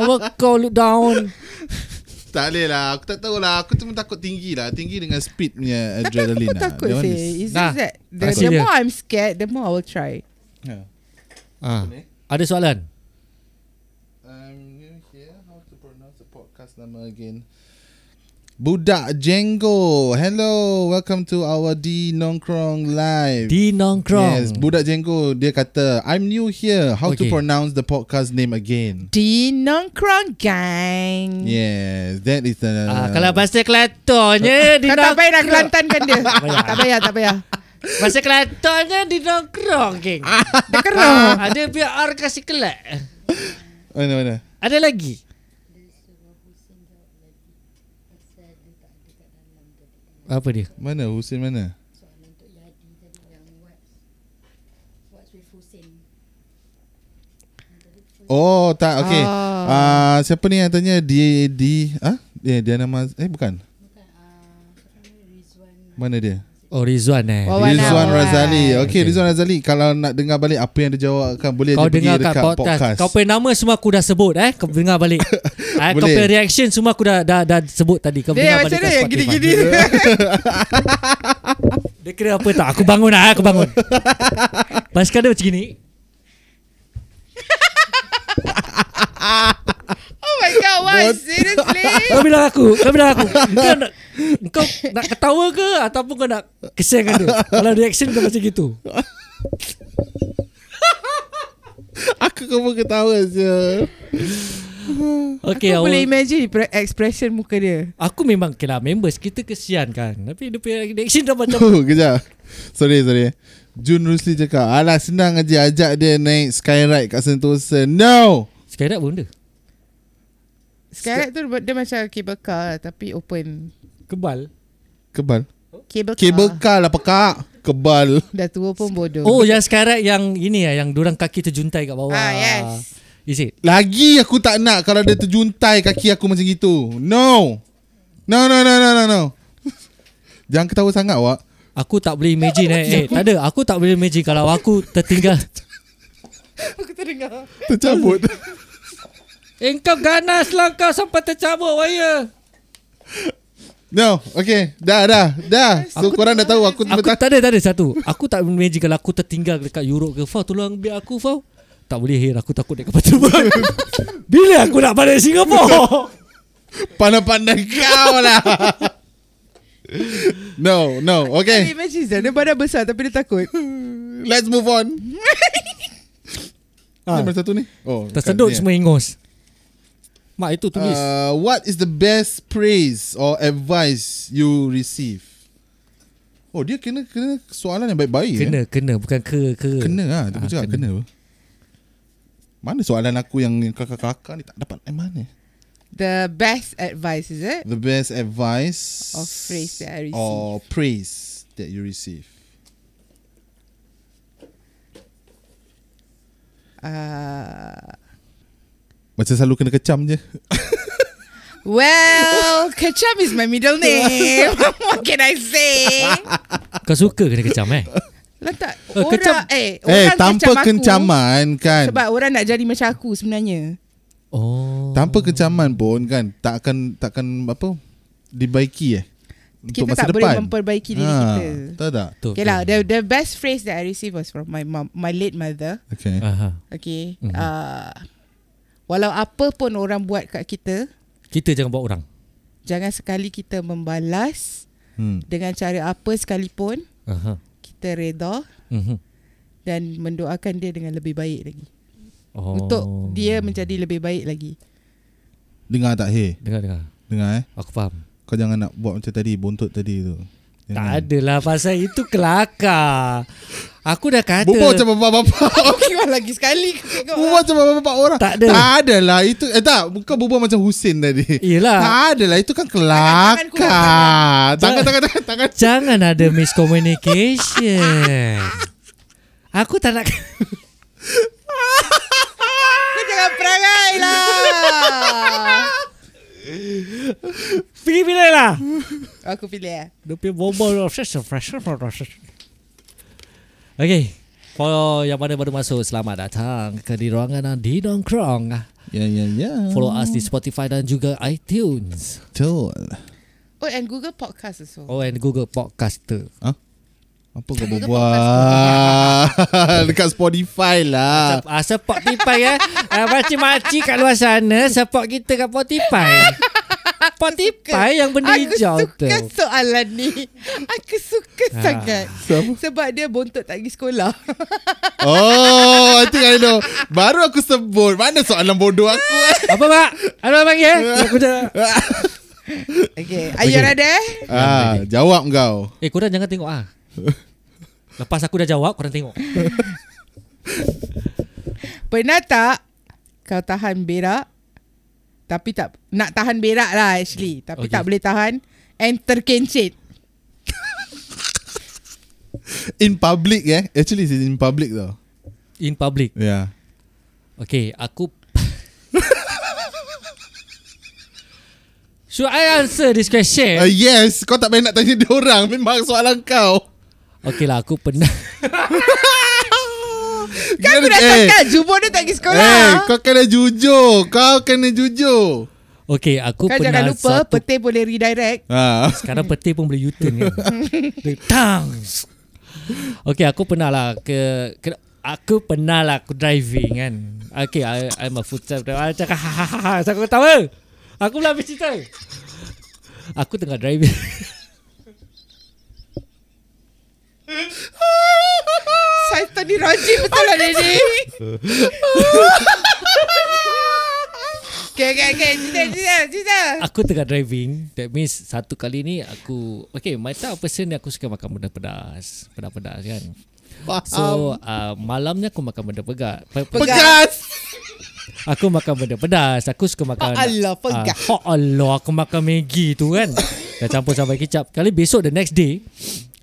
Speaker 5: Overcome look down
Speaker 3: <laughs> tak boleh lah. Aku tak tahulah. Aku cuma takut tinggi lah. Tinggi dengan speed punya
Speaker 6: Tapi aku
Speaker 3: adrenaline
Speaker 6: pun
Speaker 3: lah.
Speaker 6: takut
Speaker 3: That one
Speaker 6: sih.
Speaker 3: is-
Speaker 6: It's
Speaker 5: Nah,
Speaker 6: just that the,
Speaker 5: kasih
Speaker 6: the
Speaker 5: dia.
Speaker 6: more I'm scared, the more I will try.
Speaker 3: Yeah.
Speaker 5: ah, Ada soalan
Speaker 3: I'm new here. How to pronounce the podcast nama again? Budak Jenggo. Hello, welcome to our D Nongkrong live.
Speaker 5: Di nongkrong
Speaker 3: Yes, Budak Jenggo dia kata, I'm new here. How to
Speaker 5: Okay.
Speaker 3: pronounce the podcast name again?
Speaker 6: Di Nongkrong Gang.
Speaker 3: Yes, that is the
Speaker 5: Hmm. ah, Kalau bahasa Kelantannya Di
Speaker 6: <laughs> Kau tak
Speaker 5: nongkrong
Speaker 6: payah nak Kelantankan dia. Eh, <laughs> tak payah, tak payah.
Speaker 5: Bahasa Kelantannya Di nongkrong geng
Speaker 6: <laughs>
Speaker 5: Ah,
Speaker 6: Dia kerong.
Speaker 5: Ada biar kasih kelak
Speaker 3: mana mana.
Speaker 5: Ada lagi? Apa dia?
Speaker 3: Mana Husin mana? Oh tak okay.
Speaker 6: Ah.
Speaker 3: Ah. siapa ni yang tanya di di ah? Dia dia nama eh bukan. Mana dia?
Speaker 5: Oh Rizwan eh.
Speaker 6: Oh, Wan
Speaker 3: Rizwan
Speaker 6: Awal.
Speaker 3: Razali. Okey,
Speaker 5: Okay.
Speaker 3: okay. Rizwan Razali kalau nak dengar balik apa yang dia jawabkan boleh dia
Speaker 5: Kau
Speaker 3: pergi
Speaker 5: dengar kat
Speaker 3: dekat
Speaker 5: podcast.
Speaker 3: podcast.
Speaker 5: Kau punya nama semua aku dah sebut eh. Kau dengar
Speaker 3: <laughs>
Speaker 5: balik. eh, kau
Speaker 3: Boleh. Eh,
Speaker 5: punya reaction semua aku dah dah, dah sebut tadi. Kau
Speaker 6: Dia
Speaker 5: dengar
Speaker 6: macam
Speaker 5: balik.
Speaker 6: mana
Speaker 5: kat
Speaker 6: yang
Speaker 5: Spotify.
Speaker 6: gini-gini.
Speaker 5: Dia kira apa tak? Aku bangun ah, aku
Speaker 3: <laughs>
Speaker 5: bangun. Basikal dia macam gini.
Speaker 6: <laughs> Oh my god, why? Seriously?
Speaker 5: Kau bilang aku, kau bilang aku. Kau nak, kau nak ketawa ke ataupun kau nak kesian dengan dia? Kalau reaction kau macam gitu.
Speaker 3: <laughs> Aku kau pun ketawa je.
Speaker 5: Okay,
Speaker 6: Kau
Speaker 5: awal-
Speaker 6: boleh imagine pre- expression muka dia.
Speaker 5: Aku memang okay lah members kita kesian kan Tapi dia punya reaction dah <laughs> macam
Speaker 3: Oh, <laughs> kejap. Sorry, sorry. Jun Rusli cakap, alah senang aja ajak dia naik skyride kat Sentosa. No!
Speaker 5: Skyrat pun dia
Speaker 6: Sekarang tu dia macam cable car tapi open.
Speaker 5: Kebal
Speaker 3: Kebal.
Speaker 6: Cable car.
Speaker 3: Kabel car lah pekak. Kebal.
Speaker 6: Dah tua pun bodoh.
Speaker 5: Oh yang Skyrat yang ini lah Yang dorang kaki terjuntai kat bawah
Speaker 6: Ah, yes. <laughs>
Speaker 5: Is it?
Speaker 3: Lagi aku tak nak kalau dia terjuntai kaki aku macam gitu. No! No, no, no, no, no, no. <laughs> Jangan ketawa sangat, awak.
Speaker 5: Aku tak boleh imagine eh. eh Tak ada Aku tak boleh imagine Kalau aku <laughs> tertinggal
Speaker 6: Aku terdengar.
Speaker 3: Tercabut.
Speaker 5: Engkau Eh, ganas lah kau Sampai tercabut wire
Speaker 3: <laughs> No, okay. Dah, dah, dah. So, aku korang dah tahu aku
Speaker 5: Aku
Speaker 3: tak...
Speaker 5: tak ada tak ada satu Aku tak boleh imagine Kalau aku tertinggal dekat Europe ke Fau tolong ambil aku Fau Tak boleh Hir Aku takut dekat kapal <laughs> terbang Bila aku nak balik <laughs> Ah. Singapura
Speaker 3: Pandai-pandai kau <laughs> lah. no, no. Okay.
Speaker 6: Hey. Imagine Zan, dia badan besar tapi dia takut.
Speaker 3: Let's move on.
Speaker 5: Ah.
Speaker 3: Ni Nombor satu ni. Oh,
Speaker 5: Tersedut
Speaker 3: bukan ni.
Speaker 5: semua ingus Mak itu tulis
Speaker 3: Uh,
Speaker 5: uh,
Speaker 3: what is the best praise or advice you receive? Oh, dia kena kena soalan yang baik-baik.
Speaker 5: Kena
Speaker 3: Eh?
Speaker 5: kena Bukan ke ke
Speaker 3: Kena ah, tu
Speaker 5: Ah,
Speaker 3: aku cakap
Speaker 5: kena.
Speaker 3: kena. apa? Mana soalan aku yang yang kakak-kakak ni tak dapat eh, mana?
Speaker 6: The best advice is it?
Speaker 3: The best advice
Speaker 6: Or praise that I
Speaker 3: Or praise that you receive.
Speaker 6: Uh,
Speaker 3: Macam selalu kena kecam je.
Speaker 6: well, Kacham is my middle name. <laughs> What can I say?
Speaker 5: Kau suka kena kecam
Speaker 3: <laughs>
Speaker 5: eh
Speaker 6: Letak
Speaker 5: Eh,
Speaker 6: orang
Speaker 5: kecam-
Speaker 6: eh,
Speaker 3: eh,
Speaker 6: orang
Speaker 3: tanpa
Speaker 6: kecam aku,
Speaker 3: kencaman kan.
Speaker 6: Sebab orang nak jadi macam aku sebenarnya.
Speaker 5: Oh
Speaker 3: Tanpa kecaman pun kan tak akan tak akan apa dibaiki eh untuk
Speaker 6: Kita
Speaker 3: masa
Speaker 6: tak
Speaker 3: depan.
Speaker 6: boleh memperbaiki diri
Speaker 3: Ah,
Speaker 6: kita.
Speaker 3: Tahu tak?
Speaker 5: Betul
Speaker 6: Okay lah, the, the best phrase that I received was from my mom, my late mother.
Speaker 3: Okay.
Speaker 5: Aha.
Speaker 6: Okay.
Speaker 5: Mhm.
Speaker 6: Mm-hmm. Uh, walau apa pun orang buat kat kita,
Speaker 5: Kita jangan buat orang
Speaker 6: jangan sekali kita membalas
Speaker 3: Hmm.
Speaker 6: dengan cara apa sekalipun,
Speaker 5: Aha.
Speaker 6: kita reda
Speaker 5: Mhm.
Speaker 6: dan mendoakan dia dengan lebih baik lagi.
Speaker 5: Oh.
Speaker 6: Oh. Untuk dia menjadi lebih baik lagi. <laughs>
Speaker 3: Dengar tak hey?
Speaker 5: Dengar dengar
Speaker 3: Dengar eh.
Speaker 5: Aku faham
Speaker 3: Kau jangan nak buat macam tadi bontot tadi tu.
Speaker 5: Tak adalah pasal itu kelakar. Aku dah kata.
Speaker 3: Bubur macam bapak-bapak <laughs>
Speaker 6: Okey wah, Oh, lagi sekali kakak kau.
Speaker 3: Bubur macam bapak-bapak orang
Speaker 5: Tak ada.
Speaker 3: Tak adalah Itu Eh tak Bukan bubur macam Husin tadi
Speaker 5: Yelah.
Speaker 3: Tak adalah Itu kan
Speaker 6: Tangan-tangan ku,
Speaker 3: kelakar Tangan tangan tangan tangan
Speaker 5: Jangan ada
Speaker 3: <laughs>
Speaker 5: miscommunication. Aku tak nak <laughs>
Speaker 6: Kau jangan perangai lah.
Speaker 5: Pergi bila lah
Speaker 6: Aku pilih eh.
Speaker 5: Dia punya bombol Okay Follow yang mana baru masuk Selamat datang ke di ruangan di Dongkrong
Speaker 3: Ya ya ya
Speaker 5: Follow us di Spotify dan juga iTunes
Speaker 3: Betul
Speaker 6: Oh and Google Podcast also.
Speaker 5: Oh and Google Ah, Podcaster
Speaker 3: Apa kau berbual <laughs> Dekat Spotify lah
Speaker 5: Ah, support Spotify ya. Ah, makcik-makcik kat luar sana support kita kat Spotify. Spotify yang benda
Speaker 6: Aku
Speaker 5: hijau tu.
Speaker 6: suka soalan ni Aku suka sangat Sebab dia bontot tak pergi sekolah
Speaker 3: Oh I think I know Baru aku sebut Mana soalan bodoh aku eh?
Speaker 5: Apa mak? Apa
Speaker 6: <laughs>
Speaker 5: panggil? eh? Aku dah.
Speaker 6: Okay Are you ready?
Speaker 3: ah, Jawab kau
Speaker 5: Eh korang jangan tengok ah. Lepas aku dah jawab korang tengok.
Speaker 6: Pernah tak Kau tahan berak Tapi tak Nak tahan berak lah actually Tapi
Speaker 5: Okay.
Speaker 6: tak boleh tahan And terkencit
Speaker 3: In public eh Actually it's in public tau
Speaker 5: In public.
Speaker 3: Yeah
Speaker 5: Okay, aku Should I answer this
Speaker 3: uh,
Speaker 5: question?
Speaker 3: Yes Kau tak payah nak tanya dia orang Memang soalan kau
Speaker 5: Okay lah, aku pernah <laughs>
Speaker 6: Kan aku dah cakap Jumbo dia tak pergi sekolah
Speaker 3: Eh, kau kena jujur. Kau kena jujur.
Speaker 5: Okay, aku
Speaker 6: Kau
Speaker 5: pernah
Speaker 6: Kan jangan lupa
Speaker 5: satu
Speaker 6: Petir boleh redirect
Speaker 3: Ha.
Speaker 5: Sekarang peti pun boleh
Speaker 6: <laughs>
Speaker 5: U-turn kan. Dia Tang. Okay, aku pernah lah ke, ke aku pernah lah aku driving kan. Okay, I, I'm a full time driver. I cakap "Ha, hahaha, aku ketawa. Aku pula habis cerita. Aku tengah driving. <laughs>
Speaker 6: Saya tadi rajin betul lah Dini
Speaker 5: <laughs>
Speaker 6: Okay okay okay Cerita cerita cerita
Speaker 5: aku tengah driving. That means satu kali ni aku okay, my type of person ni aku suka makan benda pedas. Pedas-pedas kan.
Speaker 3: Ah,
Speaker 5: So uh, malamnya aku makan benda pegat. Pe- pe-
Speaker 3: Pegas.
Speaker 5: Aku makan benda pedas. Aku suka makan.
Speaker 6: Ha Allah, pegat.
Speaker 5: Ah, ha Allah, aku makan Maggi tu kan. Dah campur sampai kicap. Kali besok the next day,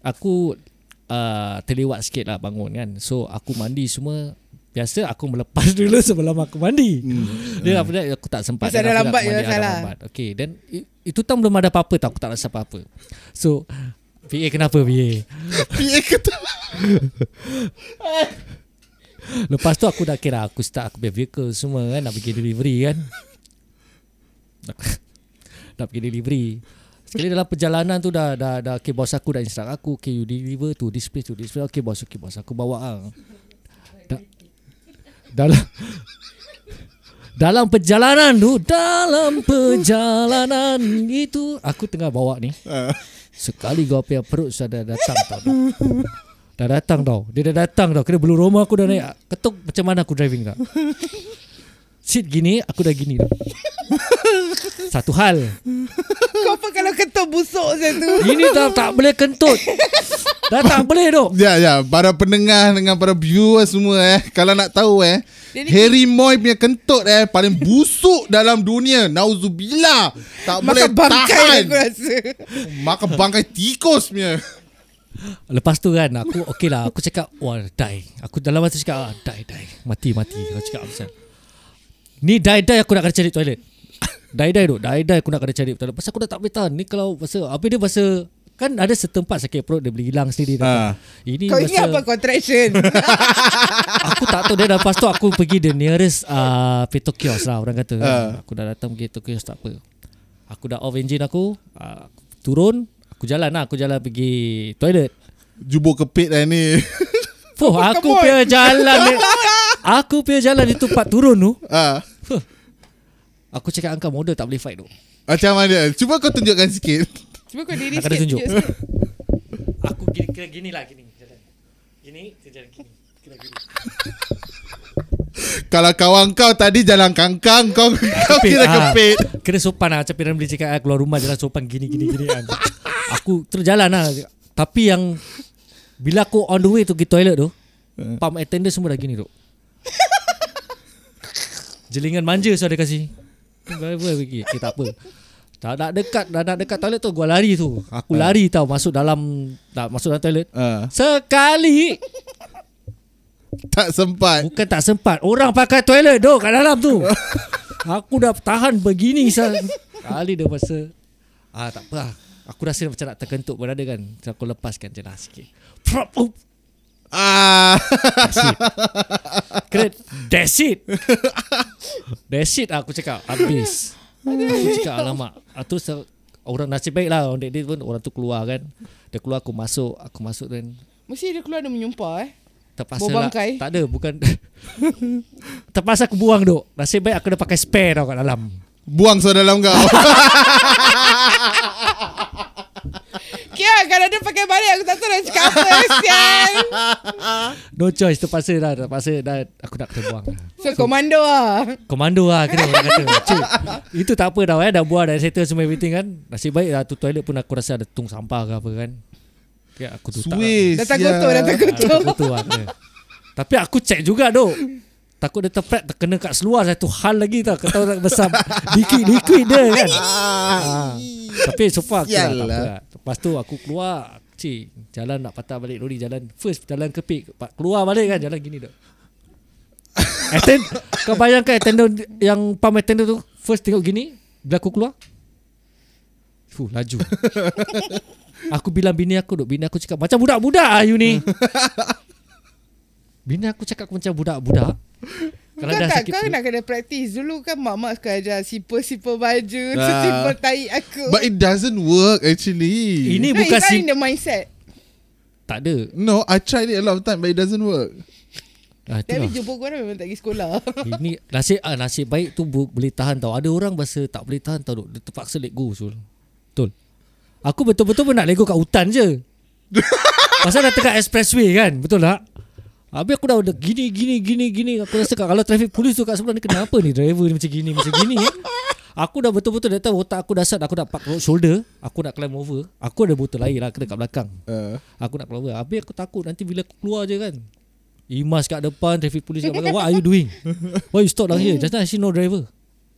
Speaker 5: aku uh, terlewat sikit lah bangun kan. So aku mandi semua. Biasa aku melepas <laughs> dulu sebelum aku mandi. Dia after that aku tak sempat.
Speaker 6: Pasal
Speaker 5: Then
Speaker 6: dah
Speaker 5: after
Speaker 6: Hmm. lambat je
Speaker 5: that aku mandi, ah, dah
Speaker 6: salah.
Speaker 5: Okay, then i- itu time belum ada apa-apa tau. Aku tak rasa apa-apa. So, PA kenapa PA?
Speaker 3: PA kata.
Speaker 5: Lepas tu aku dah kira aku start aku punya vehicle semua kan nak pergi delivery kan. Nak- nak pergi delivery. Sekali dalam perjalanan tu dah dah dah okay, bos aku dah instruct aku okay you deliver to this place to this place okay bos okay bos aku bawa ah. Da- dalam dalam perjalanan tu dalam perjalanan itu aku tengah bawa ni. Sekali kau punya perut sudah datang tau. Dah. Dah datang tau Dia dah datang tau Kena belum rumah aku dah naik Ketuk macam mana aku driving tak Seat gini Aku dah gini tau Satu hal
Speaker 6: Kau apa kalau ketuk busuk macam tu
Speaker 5: Ini tak, tak boleh kentut Dah tak boleh tu
Speaker 3: Ya ya, para pendengar dengan para viewer semua eh, kalau nak tahu eh,
Speaker 6: Dia ni-
Speaker 3: Harry Moy punya kentut eh paling busuk dalam dunia. Nauzubillah. Tak
Speaker 6: Makan
Speaker 3: boleh
Speaker 6: bangkai lah,
Speaker 3: tahan.
Speaker 6: aku rasa
Speaker 3: Makan bangkai tikus punya.
Speaker 5: Lepas tu kan Aku okey lah Aku cakap Wah die Aku dalam masa cakap ah, Die die Mati mati Aku cakap macam Ni die die aku nak kena cari toilet <laughs> Die die tu Die die aku nak kena cari toilet Pasal aku dah tak boleh tahan Ni kalau pasal Habis dia pasal Kan ada setempat sakit perut Dia boleh hilang sendiri
Speaker 3: Ah.
Speaker 5: ha. Ini
Speaker 6: Kau ingat
Speaker 5: pasal-
Speaker 6: apa
Speaker 5: <laughs>
Speaker 6: contraction
Speaker 5: Aku tak tahu dia lepas tu aku pergi the nearest uh, petrol kiosk lah orang kata. Uh. Aku dah datang pergi petrol kiosk tak apa. Aku dah off engine aku, uh, aku turun, aku jalan lah, aku jalan pergi toilet.
Speaker 3: Jubur kepit lah ni. <laughs>
Speaker 5: Fuh, aku punya jalan ni. Aku punya jalan itu part turun tu.
Speaker 3: Ah.
Speaker 5: Aku cakap angka model tak boleh fight tu.
Speaker 3: Macam mana? Cuba kau tunjukkan sikit.
Speaker 6: Cuba kau diri
Speaker 5: Nak kena
Speaker 6: sikit
Speaker 5: tunjuk.
Speaker 6: sikit.
Speaker 5: Aku gini kira gini lah gini jalan. Gini, saya jalan gini. Kira gini.
Speaker 3: Kalau kawan kau tadi jalan kangkang, kau, kau
Speaker 5: Kepit,
Speaker 3: kira
Speaker 5: ah.
Speaker 3: kepit.
Speaker 5: lah, Ah, Kena sopan lah Macam Piran beli cakap ah, Keluar rumah jalan sopan gini gini gini kan Aku terus jalan lah Tapi yang bila aku on the way to pergi toilet tu,
Speaker 3: Eh.
Speaker 5: pump attendant semua dah gini tu. Jelingan manja so dia kasi. Driver pergi. Okay, tak apa. Dah nak dekat, dah nak dekat toilet tu gua lari tu. Aku lari tau masuk dalam tak masuk dalam toilet.
Speaker 3: Ah,
Speaker 5: Sekali
Speaker 3: tak sempat.
Speaker 5: bukan tak sempat. Orang pakai toilet doh kat dalam <laughs> tu. Aku dah tahan begini sekali dia masa ah tak apa. lah. Aku rasa macam nak terkentuk berada kan. So, aku lepaskan je lah sikit. Prop, oh, up.
Speaker 3: Ah.
Speaker 5: Keren That's it That's it aku cakap Habis Aku cakap alamak Ah, Terus ah, Orang nasib baik lah On that day pun orang tu keluar kan Dia keluar aku masuk Aku masuk dan
Speaker 6: Mesti dia keluar dia menyumpah eh. Bawa
Speaker 5: Terpaksa lah
Speaker 6: bangkai.
Speaker 5: Tak ada bukan <laughs> Terpaksa aku buang duk Nasib baik aku dah pakai spare tau kat dalam
Speaker 3: Buang so dalam kau.
Speaker 6: Kia kalau dia pakai balik aku tak tahu nak cakap apa
Speaker 5: <laughs>
Speaker 6: sial.
Speaker 5: No choice Terpaksa dah Terpaksa dah Aku nak kena buang lah
Speaker 6: So komando ah.
Speaker 5: Komando lah kena orang kata Cik, Itu tak apa dah eh Dah buat dah settle semua everything kan Nasib baik lah tu toilet pun aku rasa ada tung sampah ke apa kan Ya, aku tu tak
Speaker 3: Sui.
Speaker 6: Datang kotor, datang kotor.
Speaker 5: Aku tu lah kena. Tapi aku cek juga dok. Takut dia terpret terkena kat seluar satu hal lagi tau. Kau tahu tak besar liquid-liquid dia kan. Ah. Tapi so far aku lah, tak apa
Speaker 3: Sialah.
Speaker 5: lah. Lepas tu aku keluar. Cik, jalan nak patah balik lori jalan. First jalan kepik. Pa- Keluar balik kan jalan gini dok. Attend, kau bayangkan attendant yang pam attendant tu first tengok gini, bila aku keluar. Fuh, laju. <laughs> aku bilang bini aku duk, bini aku cakap macam budak-budak ah you
Speaker 6: <laughs>
Speaker 5: ni. Bini aku cakap aku macam budak-budak. Kalau
Speaker 6: Kau
Speaker 5: dah
Speaker 6: tak
Speaker 5: sakit
Speaker 6: kau
Speaker 5: perut.
Speaker 6: nak kena praktis Dulu kan mak-mak suka ajar Sipa-sipa baju
Speaker 3: Ah.
Speaker 6: Sipa tai aku
Speaker 3: But it doesn't work actually.
Speaker 5: Ini
Speaker 6: No,
Speaker 5: bukan
Speaker 6: it's not
Speaker 5: si
Speaker 6: in the mindset
Speaker 5: tak ada.
Speaker 3: No, I tried it a lot of time but it doesn't work.
Speaker 5: Ah,
Speaker 6: Tapi
Speaker 5: itulah.
Speaker 6: jumpa korang memang tak pergi
Speaker 3: <laughs>
Speaker 6: sekolah
Speaker 5: Ini nasib ah, nasib baik tu bu, boleh tahan tau. Ada orang bahasa tak boleh tahan tau. Dok. Dia terpaksa let go Sul. Betul. Aku betul-betul pun nak let go kat hutan je. Pasal dah tengah expressway kan. Betul tak? Habis aku dah, dah gini gini gini gini aku rasa kat- kalau traffic polis tu kat sebelah ni kenapa ni driver ni macam gini macam gini eh? Aku dah betul-betul dah tahu otak aku dah set aku nak park road shoulder, aku nak climb over, aku ada botol air lah kena kat belakang.
Speaker 3: Uh,
Speaker 5: Aku nak keluar Habis aku takut nanti bila aku keluar je kan Imas kat depan Traffic police kat belakang What are you doing? Why you stop down here? Just now I see no driver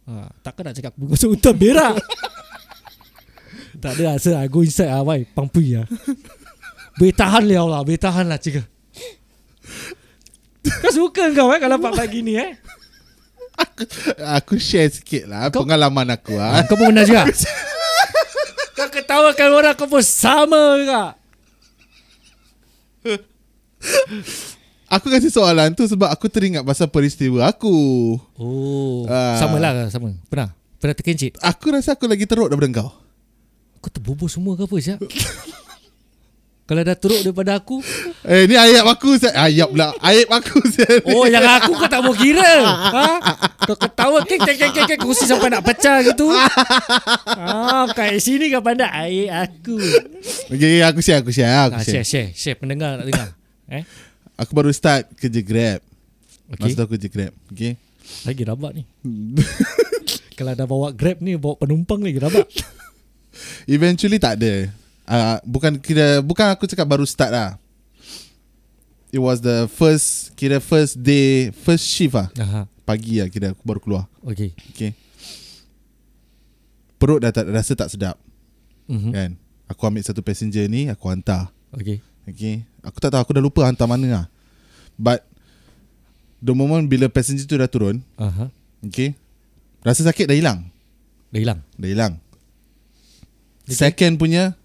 Speaker 5: ha, Takkan nak cakap aku masuk hutan berak <laughs> Tak ada rasa I go inside ah, Why? Pampui lah Boleh tahan liao lah Boleh tahan lah cikgu Kau suka kau eh Kalau pak lagi ni eh
Speaker 3: aku share sikit lah
Speaker 5: Kau-
Speaker 3: pengalaman aku ah.
Speaker 5: ha, Kau pun pernah juga <laughs> Kau ketawakan orang Kau pun sama juga
Speaker 3: Aku kasi soalan tu sebab aku teringat pasal peristiwa aku.
Speaker 5: Oh
Speaker 3: Ah.
Speaker 5: Sama lah sama Pernah Pernah terkencit
Speaker 3: Aku rasa aku lagi teruk daripada kau.
Speaker 5: Kau terbubur semua ke apa siap? <laughs> Kalau dah teruk daripada aku
Speaker 3: Eh ni ayat aku Zat. Ayat pula Ayat aku <laughs> Zat.
Speaker 5: Oh yang aku kau tak mau kira ha? Kau ketawa kek kek kek kek, kek Kursi sampai nak pecah <laughs> gitu ah, Kat sini kau pandai Air aku
Speaker 3: Okay aku share Aku share Aku
Speaker 5: ah,
Speaker 3: share
Speaker 5: Share share share Pendengar nak dengar Eh
Speaker 3: Aku baru start kerja grab
Speaker 5: Okay
Speaker 3: Masa tu aku kerja grab Okay
Speaker 5: Lagi rabak <laughs> ni Kalau dah bawa grab ni Bawa penumpang lagi rabak
Speaker 3: Eventually tak ada uh, Bukan kira Bukan aku cakap baru start lah It was the first Kira first day First shift lah
Speaker 5: Aha.
Speaker 3: Pagi lah kira aku baru keluar
Speaker 5: Okay
Speaker 3: Okay Perut dah tak rasa tak sedap
Speaker 5: Mhm.
Speaker 3: Kan Aku ambil satu passenger ni Aku hantar
Speaker 5: Okay
Speaker 3: Okay Aku tak tahu Aku dah lupa hantar mana lah But The moment bila passenger tu dah turun
Speaker 5: Aha.
Speaker 3: Okay Rasa sakit dah hilang
Speaker 5: Dah hilang
Speaker 3: Dah hilang Second punya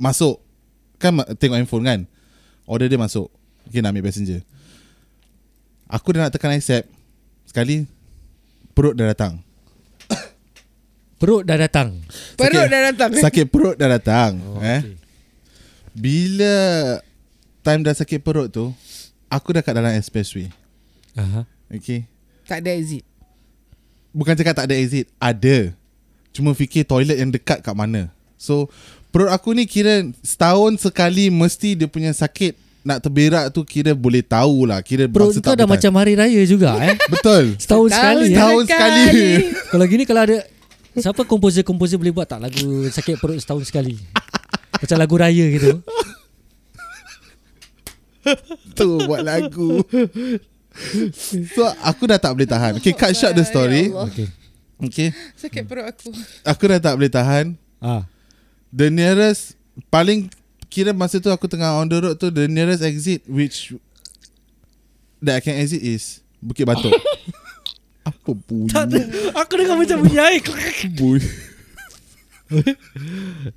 Speaker 3: Masuk Kan ma- tengok handphone kan Order dia masuk Okay nak ambil passenger Aku dah nak tekan accept Sekali Perut dah datang
Speaker 5: Perut dah datang
Speaker 6: Perut dah datang
Speaker 3: Sakit perut dah datang oh, eh? okay. Bila Time dah sakit perut tu Aku dah kat dalam expressway
Speaker 5: Aha.
Speaker 3: Okay
Speaker 6: Tak ada exit
Speaker 3: Bukan cakap tak ada exit Ada Cuma fikir toilet yang dekat kat mana So Perut aku ni kira Setahun sekali Mesti dia punya sakit Nak terberak tu Kira boleh tahu lah Kira
Speaker 5: Perut
Speaker 3: bangsa
Speaker 5: kau
Speaker 3: tak
Speaker 5: dah
Speaker 3: bertahan.
Speaker 5: macam hari raya juga eh
Speaker 3: Betul
Speaker 5: <laughs> Setahun sekali eh?
Speaker 3: Setahun sekali.
Speaker 6: <laughs>
Speaker 5: Kalau gini kalau ada Siapa komposer-komposer boleh buat tak lagu Sakit perut setahun sekali Macam lagu raya gitu
Speaker 3: Tu buat lagu <laughs> So aku dah tak boleh tahan Okay cut short the story
Speaker 6: Ya Allah.
Speaker 5: Okay.
Speaker 3: Okay
Speaker 6: Sakit perut aku.
Speaker 3: Aku dah tak boleh tahan
Speaker 5: Ah,
Speaker 3: The nearest Paling Kira masa tu aku tengah on the road tu The nearest exit Which That I can exit is Bukit
Speaker 5: <laughs>
Speaker 3: Batok Apa bunyi
Speaker 5: tak ada. Aku dengar macam bunyi air.
Speaker 3: bunyi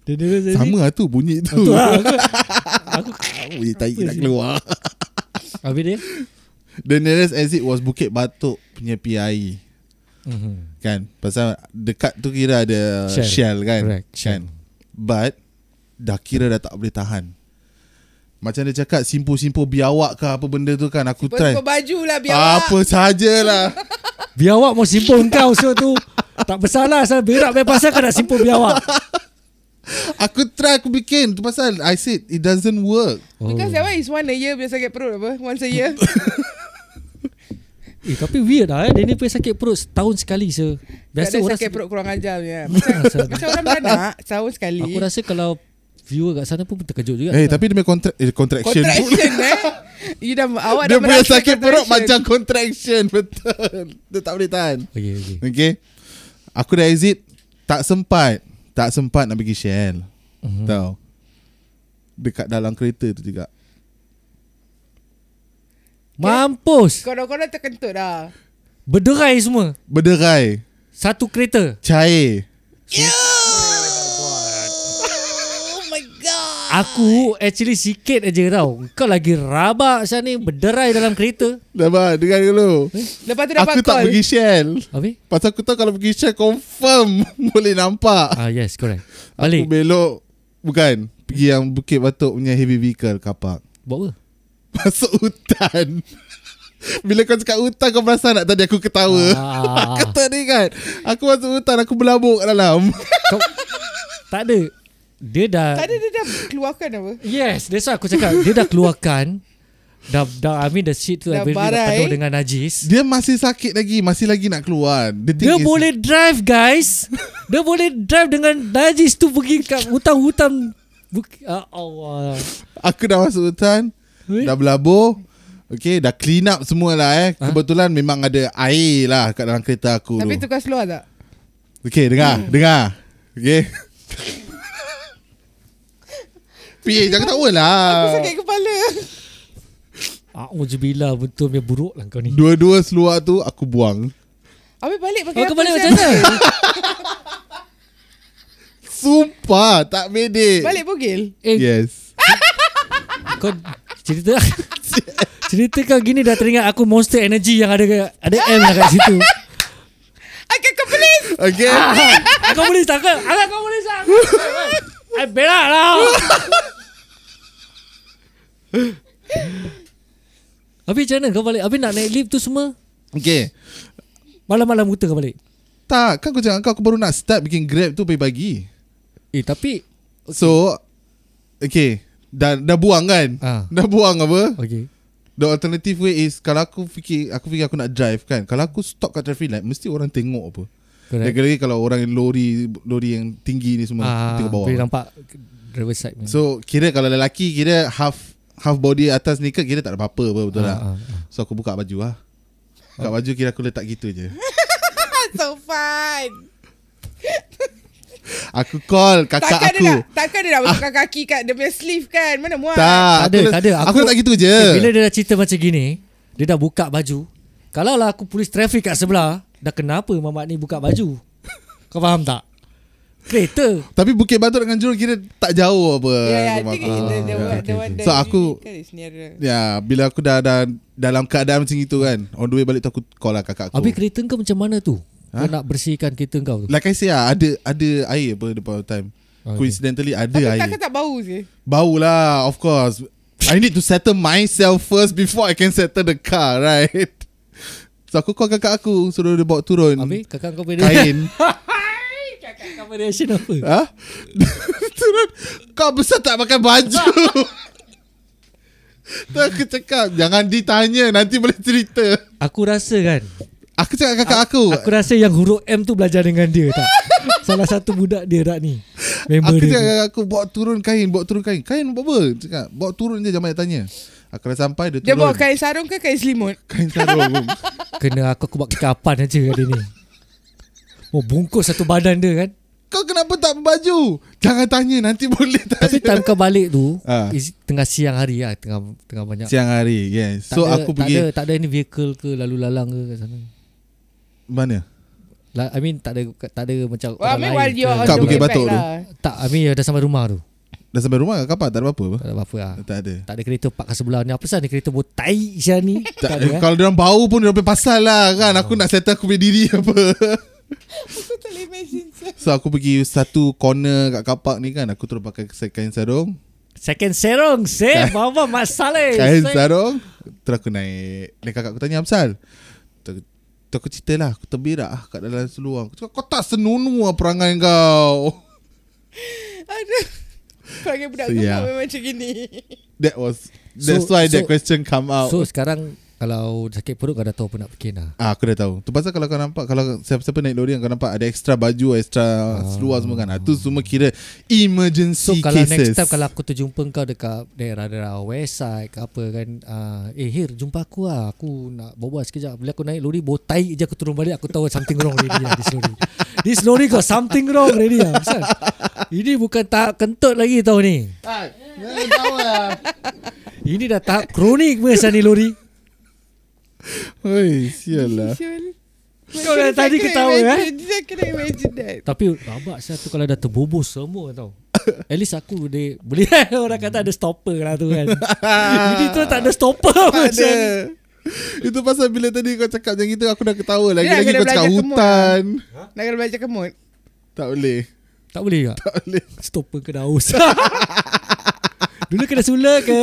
Speaker 5: Dia dengar saya.
Speaker 3: Sama lah tu bunyi tu <laughs>
Speaker 5: Tu lah. Aku-
Speaker 3: Bunyi tahi nak keluar
Speaker 5: Habis dia?
Speaker 3: The nearest exit was Bukit Batok punya PIE
Speaker 5: Mm-hmm.
Speaker 3: kan pasal dekat tu kira ada
Speaker 5: Shell.
Speaker 3: shell, shell kan
Speaker 5: Correct,
Speaker 3: kan but dah kira dah tak boleh tahan macam dia cakap simpul-simpul biawak ke apa benda tu kan aku try
Speaker 6: Buat baju lah biar
Speaker 3: apa sajalah
Speaker 5: Biar awak mau simpul kau so tu. Tak bersalah asal berak Biar pasal kau nak simpul biar awak.
Speaker 3: aku try aku bikin tu pasal I said it doesn't work
Speaker 6: Because
Speaker 5: Oh.
Speaker 6: that one is one a year bila sakit perut apa. Once a year.
Speaker 5: Eh, tapi weird lah eh. Dia ni punya sakit perut setahun sekali se. <laughs>
Speaker 6: Biasa
Speaker 5: Biasa orang
Speaker 6: sakit
Speaker 5: sakit
Speaker 6: perut kurang ajar
Speaker 5: <laughs>
Speaker 6: punya. Macam,
Speaker 5: Asal-
Speaker 6: macam orang beranak tahun sekali.
Speaker 5: Aku rasa kalau viewer kat sana pun terkejut juga.
Speaker 3: eh hey, tapi dia punya contra- eh, contraction, pula.
Speaker 6: Contraction eh. You dah awak
Speaker 3: dia
Speaker 6: dah
Speaker 3: punya
Speaker 6: merasa
Speaker 3: sakit perut
Speaker 6: contraction.
Speaker 3: macam contraction <laughs> betul dia tak boleh tahan
Speaker 5: Okay, okay.
Speaker 3: Okay Aku dah exit Tak sempat Tak sempat nak pergi Shell
Speaker 5: Mhm.
Speaker 3: mm-hmm. Tahu Dekat dalam kereta tu juga
Speaker 5: Mampus.
Speaker 6: Korang-korang terkentut dah.
Speaker 5: Berderai semua.
Speaker 3: Berderai
Speaker 5: Satu kereta.
Speaker 3: Cair
Speaker 5: Aku actually sikit aja tau. Kau lagi rabak sana ni berderai dalam kereta.
Speaker 3: Dapat dengar dulu
Speaker 6: Lepas tu dapat
Speaker 3: Aku
Speaker 6: call.
Speaker 3: tak pergi Shell
Speaker 5: Habis?
Speaker 3: Pasal aku tahu kalau pergi Shell Confirm <laughs> Boleh nampak
Speaker 5: Ah yes, correct.
Speaker 3: Aku
Speaker 5: Balik.
Speaker 3: belok Bukan Pergi yang Bukit Batok punya heavy vehicle Kapak <laughs>
Speaker 5: Buat apa?
Speaker 3: Masuk hutan <laughs> Bila kau cakap hutan Kau perasan tak tadi aku <laughs> ketawa
Speaker 5: Ah.
Speaker 3: Aku teringat Aku masuk hutan Aku berlabuk kat dalam
Speaker 5: Kau, tak ada. Dia dah
Speaker 6: Tak ada dia dah keluarkan apa.
Speaker 5: Yes, that's why aku cakap dia dah keluarkan dah dah I mean the shit tu
Speaker 6: Dah
Speaker 5: dah dah
Speaker 6: barai.
Speaker 5: penuh dengan najis.
Speaker 3: Dia masih sakit lagi Masih lagi nak keluar The thing
Speaker 5: Dia
Speaker 3: is,
Speaker 5: boleh drive guys. dia boleh drive dengan najis tu pergi kat hutan-hutan Buk- ah, Allah.
Speaker 3: Aku dah masuk hutan
Speaker 5: Eh?
Speaker 3: Dah berlabur Okay dah clean up semua lah eh ha? Kebetulan memang ada air lah Kat dalam kereta aku
Speaker 6: Tapi Hmm.
Speaker 3: tu
Speaker 6: tukar seluar tak?
Speaker 3: Okay dengar Dengar
Speaker 6: <laughs>
Speaker 3: Okay Pih jangan tawa lah
Speaker 6: Aku sakit kepala.
Speaker 5: A'udzubillah betul punya buruk lah kau ni.
Speaker 3: Dua-dua seluar tu aku buang
Speaker 6: Habis balik pakai
Speaker 5: Kau
Speaker 6: apa?
Speaker 5: kembali
Speaker 6: Zan?
Speaker 5: macam mana?
Speaker 3: Sumpah tak bedek
Speaker 6: Balik bugil.
Speaker 5: Eh,
Speaker 3: Yes
Speaker 5: Kau cerita <laughs> Cerita kau gini dah teringat aku Monster Energy yang ada ada M lah kat situ.
Speaker 6: Aku <laughs> kepelis.
Speaker 3: Okay
Speaker 5: Aku boleh tak ke? Aku kau boleh tak? Aku berak lah. Habis macam mana kau balik? Habis nak naik lift tu semua?
Speaker 3: Okay
Speaker 5: Malam-malam buta kau balik?
Speaker 3: Tak kan aku cakap kau Aku baru nak start bikin grab tu pagi-pagi
Speaker 5: Eh tapi
Speaker 3: So Okay Dah, dah buang kan
Speaker 5: Ah.
Speaker 3: <laughs> Dah buang apa
Speaker 5: Okay
Speaker 3: The alternative way is Kalau aku fikir Aku fikir aku nak drive kan Kalau aku stop kat traffic light Mesti orang tengok apa
Speaker 5: Correct
Speaker 3: Lagi-lagi kalau orang yang lori Lori yang tinggi ni semua
Speaker 5: ah,
Speaker 3: Tengok bawah
Speaker 5: Boleh nampak Driver side punya.
Speaker 3: So kira kalau lelaki Kira half Half body atas ni ke Kira tak ada apa-apa apa, Betul
Speaker 5: Ah,
Speaker 3: tak
Speaker 5: ah, Oh.
Speaker 3: So aku buka baju lah Buka baju kira aku letak gitu je
Speaker 6: So fun.
Speaker 3: Aku call kakak
Speaker 6: Takkan dia
Speaker 3: aku Ah.
Speaker 6: nak, takkan dia nak masukkan kaki kat dia punya sleeve kan? Mana muat?
Speaker 3: Tak
Speaker 5: Tak ada,
Speaker 3: aku,
Speaker 5: tak ada.
Speaker 3: Aku,
Speaker 5: Aku-
Speaker 3: letak gitu je
Speaker 5: Okay, Kan bila dia dah cerita macam gini, dia dah buka baju. Kalau lah aku polis trafik kat sebelah, dah kenapa mamat ni buka baju? Kau faham tak? Kereta.
Speaker 3: Tapi Bukit Batok dengan Johor Kira tak jauh apa
Speaker 6: Ya, ya, I
Speaker 3: rumah
Speaker 6: think
Speaker 3: aku.
Speaker 6: it's the, the,
Speaker 5: Ah,
Speaker 6: one- the
Speaker 5: okay,
Speaker 6: one
Speaker 5: okay.
Speaker 6: that
Speaker 3: So,
Speaker 6: you
Speaker 3: aku-
Speaker 6: think is nearer.
Speaker 3: Ya, bila aku dah, dah dalam keadaan macam itu kan, on the way balik tu aku call lah kakak aku.
Speaker 5: Habis kereta kau macam mana tu? Kau nak bersihkan kereta kau tu?
Speaker 3: like I say Ha? lah, ada, ada air apa the part of time.
Speaker 5: Ah, Okay.
Speaker 3: Okay. Coincidentally ada
Speaker 6: Tapi
Speaker 3: air.
Speaker 6: takkan tak bau je.
Speaker 3: Bau lah, of course. I need to settle myself first before I can settle the car, <laughs> right? So aku call kakak aku, suruh dia bawa turun.
Speaker 5: Habis kakak kau punya
Speaker 3: Kain.
Speaker 5: kakak kau punya reaction apa?
Speaker 3: ha? turun. Kau besar tak pakai baju. <laughs> Tu aku cakap, jangan ditanya, nanti boleh cerita.
Speaker 5: Aku rasa kan,
Speaker 3: Aku cakap kakak aku.
Speaker 5: aku rasa yang huruf M tu belajar dengan dia tak? <laughs> Salah satu budak dia tak ni. Member
Speaker 3: Aku
Speaker 5: dia.
Speaker 3: cakap
Speaker 5: tu.
Speaker 3: dengan aku Bawa turun kain Bawa turun kain Kain buat apa Cakap Bawa turun je Jangan banyak tanya Aku dah sampai dia
Speaker 6: Dia
Speaker 3: turun.
Speaker 6: bawa kain sarung ke kain selimut?
Speaker 3: kain
Speaker 5: <laughs>
Speaker 3: sarung.
Speaker 5: Kena aku aku buat kekapan aja hari ni. Mau bungkus satu badan dia kan.
Speaker 3: Kau kenapa tak berbaju? Jangan tanya nanti boleh
Speaker 5: Tapi
Speaker 3: tanya.
Speaker 5: time kau balik
Speaker 3: <laughs>
Speaker 5: tu
Speaker 3: Ah.
Speaker 5: is, tengah siang hari lah tengah tengah banyak.
Speaker 3: Siang hari, yes.
Speaker 5: Tak
Speaker 3: So
Speaker 5: ada,
Speaker 3: aku
Speaker 5: tak
Speaker 3: pergi
Speaker 5: ada, tak ada any vehicle ke lalu lalang ke kat sana.
Speaker 3: mana?
Speaker 5: La, I mean tak ada tak ada macam
Speaker 6: Well, I
Speaker 5: orang
Speaker 6: mean
Speaker 5: lain.
Speaker 6: while you're on
Speaker 3: Kat
Speaker 6: the
Speaker 3: Bukit
Speaker 6: way back
Speaker 3: Batok tu.
Speaker 6: lah.
Speaker 5: tak I mean dah sampai rumah tu.
Speaker 3: Dah sampai rumah ke kapal? Tak ada apa-apa apa?
Speaker 5: Tak ada apa-apa lah.
Speaker 3: Tak ada.
Speaker 5: Tak ada kereta park kat sebelah ni. Apa pasal ni kereta botai Syah ni?
Speaker 3: <laughs> Tak,
Speaker 5: eh?
Speaker 3: kalau dia orang bau pun dia orang punya pasal lah kan. Aku nak settle aku punya diri <laughs> apa.
Speaker 6: Aku tak boleh imagine.
Speaker 3: So aku pergi satu corner kat kapak ni kan. Aku terus pakai kain sarung.
Speaker 5: Second serong Seh Bawa Mak Saleh
Speaker 3: Kain
Speaker 5: Seh.
Speaker 3: sarung Terus aku naik Dan kakak aku tanya Amsal Terus terus aku cerita lah Aku terbirak lah kat dalam seluar Aku cakap kau tak senunu lah perangai kau <laughs>
Speaker 6: Aduh. Perangai budak
Speaker 3: So,
Speaker 6: gemuk
Speaker 3: yeah.
Speaker 6: memang macam gini.
Speaker 3: That was That's
Speaker 5: So-
Speaker 3: why that
Speaker 5: so-
Speaker 3: question come out
Speaker 5: So sekarang Kalau sakit perut Kau dah tahu apa nak bikin lah
Speaker 3: Ah, aku dah tahu. Tu pasal kalau kau nampak kalau siapa-siapa naik lori kau nampak ada extra baju, extra seluar semua kan. Ah, tu semua kira
Speaker 5: So
Speaker 3: emergency
Speaker 5: kalau next
Speaker 3: cases.
Speaker 5: time Kalau aku terjumpa kau Dekat daerah-daerah West side ke apa kan uh, Eh Hir jumpa aku lah Aku nak berbual sekejap Bila aku naik lori Botai je aku turun balik Aku tahu something wrong already lah This lori This lori got something wrong already lah Pasal Ini bukan tahap kentut lagi tau ni
Speaker 3: ah, jangan tahu lah.
Speaker 5: Ini dah tahap kronik Masa ni lori
Speaker 3: Oi, sial lah.
Speaker 5: <laughs>
Speaker 6: Siul.
Speaker 5: Kau dah tadi ketawa eh
Speaker 6: Saya kena imagine that.
Speaker 5: Tapi rabak saya tu kalau dah terbobos semua tau. At least aku boleh boleh <laughs> orang kata ada stopper lah
Speaker 3: <laughs>
Speaker 5: tu kan. Ini tu tak ada stopper
Speaker 3: Tak ada.
Speaker 5: macam.
Speaker 3: Itu pasal bila tadi kau cakap macam itu aku dah ketawa lagi
Speaker 6: Yelah,
Speaker 3: lagi
Speaker 6: kena
Speaker 3: kau cakap
Speaker 6: belajar semua.
Speaker 3: hutan.
Speaker 6: Nak kena belajar kemut.
Speaker 3: Tak boleh.
Speaker 5: Tak boleh <laughs> tak?
Speaker 3: Tak boleh.
Speaker 5: Stopper kena aus. <laughs> Dulu kena sula ke?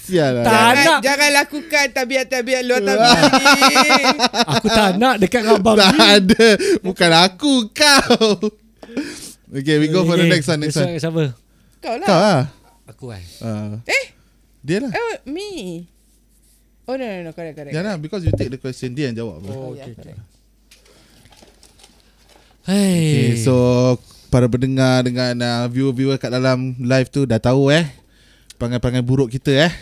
Speaker 3: Sial lah.
Speaker 5: Tak
Speaker 6: Jangan,
Speaker 5: nak.
Speaker 6: Kan, jangan lakukan tabiat-tabiat luar tabiat ni.
Speaker 5: Aku tak nak dekat dengan abang
Speaker 3: Tak
Speaker 5: ni.
Speaker 3: ada. Bukan aku kau. Okay, we go for
Speaker 5: Eh,
Speaker 3: the next one. Next one.
Speaker 5: Siapa?
Speaker 6: <laughs>
Speaker 3: Kau
Speaker 6: Kau lah.
Speaker 3: lah.
Speaker 5: Aku kan.
Speaker 3: Ah,
Speaker 6: Eh?
Speaker 3: dia lah.
Speaker 6: Oh, me. Oh, no, no, no. Correct, correct. ya,
Speaker 3: Jangan lah, because you take the question dia yang jawab.
Speaker 5: Oh, okay,
Speaker 6: okay.
Speaker 5: okay.
Speaker 3: Okay,
Speaker 5: Hey.
Speaker 3: so para pendengar dengan uh, viewer-viewer kat dalam live tu dah tahu eh perangai-perangai buruk kita eh.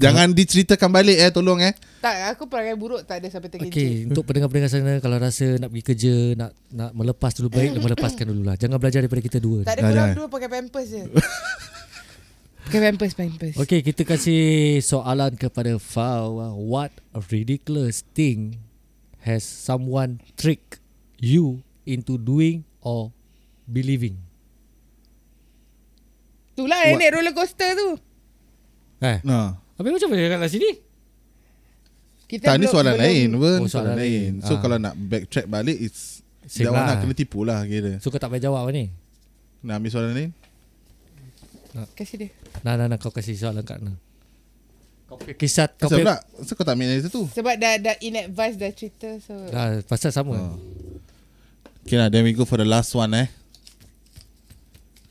Speaker 3: Jangan diceritakan balik eh tolong eh.
Speaker 6: Tak, aku perangai buruk tak ada sampai terkencing.
Speaker 5: Okay, untuk pendengar-pendengar sana kalau rasa nak pergi kerja, nak nak melepas dulu
Speaker 3: <laughs>
Speaker 5: baik, melepaskan dulu lah. Jangan belajar daripada kita dua.
Speaker 6: Tak ada
Speaker 3: Dah,
Speaker 6: korang
Speaker 3: jangan.
Speaker 6: dua pakai pampers
Speaker 3: <laughs>
Speaker 6: je. pakai pampers, pampers.
Speaker 5: Okey, kita kasih soalan kepada Fau. What a ridiculous thing has someone trick you into doing or believing?
Speaker 6: Itulah yang naik roller coaster tu.
Speaker 5: Eh,
Speaker 3: Nah.
Speaker 5: habis macam mana kat sini?
Speaker 6: Kita
Speaker 3: Tak ni soalan lain pun, oh,
Speaker 5: Oh, soalan
Speaker 3: soalan
Speaker 5: lain.
Speaker 3: lain. So
Speaker 5: Ah.
Speaker 3: kalau nak backtrack balik it's
Speaker 5: Same
Speaker 3: Dah
Speaker 5: lah.
Speaker 3: nak kena tipu lah kira.
Speaker 5: So kau tak payah jawab ni.
Speaker 3: Nak ambil soalan lain?
Speaker 6: Kasih dia.
Speaker 5: Nah, nah, nah, kau kasih soalan kat Nah. Kau punya kisah kau
Speaker 3: Kenapa pula?
Speaker 5: punya,
Speaker 3: So kau tak ambil dari situ?
Speaker 6: Sebab dah, dah in advance dah cerita. So. <laughs>
Speaker 5: ah, pasal sama.
Speaker 3: Okay lah, then we go for the last one eh.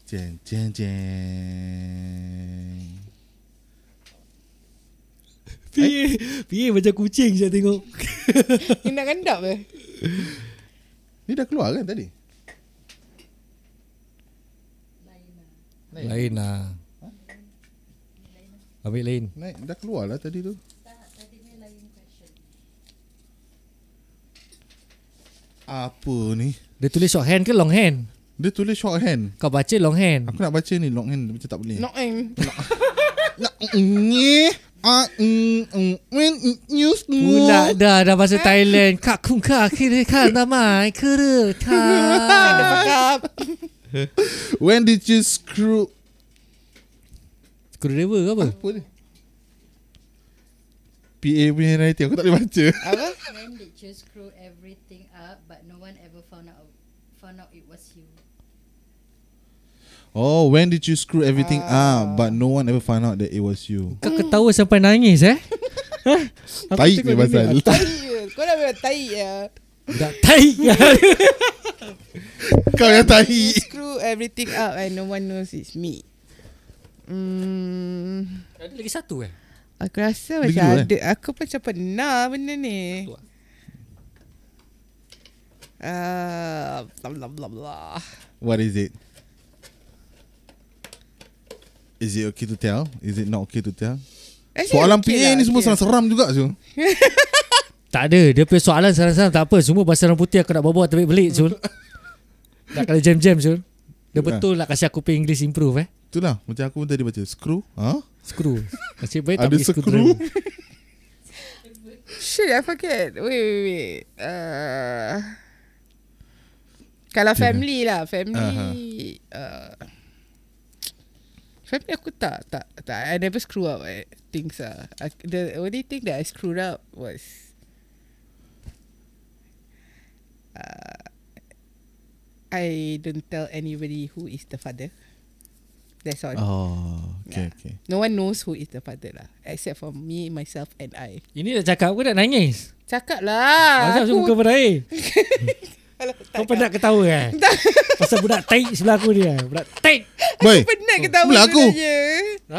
Speaker 3: Jeng, jeng, jeng.
Speaker 5: Pie, pie macam kucing saya tengok.
Speaker 6: Ni nak
Speaker 3: <laughs>
Speaker 6: kandap ke?
Speaker 3: Ni dah keluar kan tadi?
Speaker 5: Lain lah. Ambil lain.
Speaker 3: Naik, dah keluar lah tadi tu. Apa ni?
Speaker 5: Dia tulis short hand ke long hand?
Speaker 3: Dia tulis shorthand.
Speaker 5: Kau baca long hand.
Speaker 3: Aku nak baca ni longhand macam tak boleh.
Speaker 6: Not <laughs> aim.
Speaker 3: Ni ah mm, mm, when it news
Speaker 5: Pula dah dah bahasa Thailand. Kak kung kak kira kak namai kere kak.
Speaker 6: Cakap.
Speaker 3: When did you screw
Speaker 5: Screwdriver ke apa?
Speaker 3: apa ni? PA punya handwriting aku tak boleh baca.
Speaker 6: Apa?
Speaker 7: When did you screw everything up but no one ever found out found out it was you?
Speaker 3: Oh, when did you screw everything up but no one ever found out that it was you.
Speaker 5: Kau ketawa sampai nangis eh? Aku
Speaker 3: Taik
Speaker 5: tengok
Speaker 3: ni pasal.
Speaker 5: dia,
Speaker 6: Tai ke? Kau dah memang tai ya.
Speaker 5: Budak taik.
Speaker 3: <laughs> Kau yang
Speaker 6: You
Speaker 3: tahi.
Speaker 6: screw everything up and no one knows it's me. Hmm.
Speaker 5: Ada lagi satu eh?
Speaker 6: Aku rasa
Speaker 3: Lagi
Speaker 6: macam
Speaker 3: dua, eh? lah.
Speaker 6: ada. Aku macam pernah benda ni.
Speaker 5: Satu
Speaker 6: Ah,
Speaker 5: ah.
Speaker 6: blah blah blah blah.
Speaker 3: What is it? Is it okay to tell? Is it not okay to tell?
Speaker 6: Actually,
Speaker 3: Soalan
Speaker 6: okay
Speaker 3: PA
Speaker 6: lah,
Speaker 3: ni semua
Speaker 6: okay.
Speaker 3: seram-seram juga Zul.
Speaker 5: Tak ada. Dia punya soalan sarang-sarang tak apa. Semua bahasa orang putih aku nak bawa terbalik belik
Speaker 3: <laughs>
Speaker 5: Zul. nak kena jam-jam Zul. Dia
Speaker 3: Ya.
Speaker 5: betul nak kasi aku pay English improve eh.
Speaker 3: Itulah macam aku pun tadi baca screw. Ha?
Speaker 5: Screw. Nasib baik tak
Speaker 3: Ada
Speaker 5: pergi
Speaker 3: screw.
Speaker 6: Shit, I forget. Wait, wait, wait. Uh, kalau family lah, family. Uh, family aku tak, tak, tak. I never screw up at things lah. I, the only thing that I screwed up was uh, I don't tell anybody who is the father. That's all.
Speaker 3: Oh, okay
Speaker 6: <laughs>
Speaker 3: okay.
Speaker 6: No one knows who is the father lah, except for me, myself, and I.
Speaker 5: Ini dah cakap aku dah nangis.
Speaker 6: Cakap lah.
Speaker 5: Masa Ah, aku muka <laughs> berair. Kau pernah ketawa <laughs> eh? Pasal budak taik sebelah aku dia. Budak taik.
Speaker 3: Boy,
Speaker 6: Penat ketawa
Speaker 3: Pula Eh, aku.
Speaker 6: sebenarnya.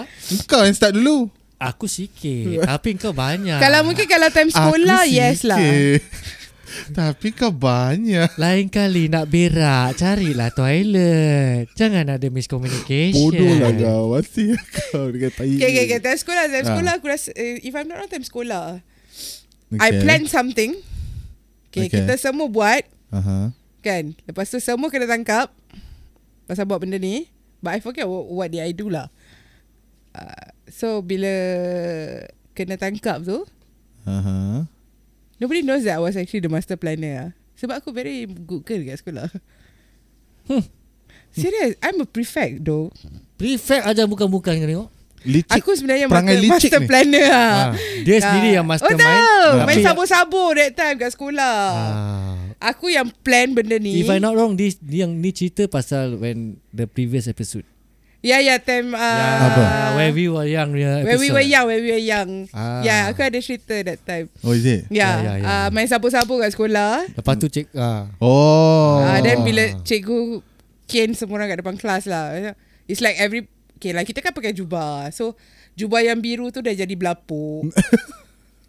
Speaker 6: eh.
Speaker 3: kau yang start dulu.
Speaker 5: Aku
Speaker 3: <laughs>
Speaker 5: sikit. tapi kau banyak.
Speaker 6: Kalau mungkin kalau time sekolah
Speaker 3: Aku
Speaker 6: yes lah.
Speaker 3: sikit. <laughs> Tapi kau banyak.
Speaker 5: Lain kali nak berak, carilah toilet. Jangan ada miscommunication.
Speaker 3: Bodoh lah kau. Masih kau dengan tai.
Speaker 6: Okay, okay, okay. Time sekolah, time
Speaker 3: Ah.
Speaker 6: sekolah aku rasa eh, if I'm not wrong time sekolah. I plan something. Okay,
Speaker 3: Okay.
Speaker 6: okay, kita semua buat
Speaker 3: Uh-huh.
Speaker 6: kan. Lepas tu semua kena tangkap pasal buat benda ni. But I forget what, what did I do lah. Uh, so bila kena tangkap tu,
Speaker 3: Uh-huh.
Speaker 6: nobody knows that I was actually the master planner lah. Sebab aku very good girl kat sekolah. Serious, I'm a prefect though.
Speaker 5: Prefect aja bukan-bukan kau tengok.
Speaker 3: Licik.
Speaker 6: Aku sebenarnya
Speaker 3: perangai
Speaker 6: master,
Speaker 3: licik
Speaker 6: master
Speaker 3: ni.
Speaker 6: planner lah.
Speaker 3: Ah.
Speaker 5: Dia sendiri yang
Speaker 6: Oh
Speaker 5: mastermind.
Speaker 6: tahu
Speaker 3: Ah.
Speaker 6: Main
Speaker 5: Tapi-
Speaker 6: sabur-sabur that time kat sekolah
Speaker 3: Ha.
Speaker 5: Ah.
Speaker 6: Aku yang plan benda ni
Speaker 5: If I not wrong, this, yang ni cerita pasal when the previous episode.
Speaker 6: Ya ya time uh,
Speaker 3: Apa?
Speaker 5: Uh, where we were young punya episode.
Speaker 6: When we were young When we were young
Speaker 3: Ah.
Speaker 6: Ya aku ada cerita that time
Speaker 3: Oh, is it?
Speaker 6: Ya yeah,
Speaker 5: Ya, ya, ya.
Speaker 6: Uh, Main sabur-sabur kat sekolah
Speaker 5: Lepas tu cek. Uh,
Speaker 3: Oh.
Speaker 6: Ah, Then bila cikgu Cane semua orang kat depan kelas lah It's like every Okay lah kita kan pakai jubah So Jubah yang biru tu dah jadi
Speaker 5: <laughs>
Speaker 6: belapuk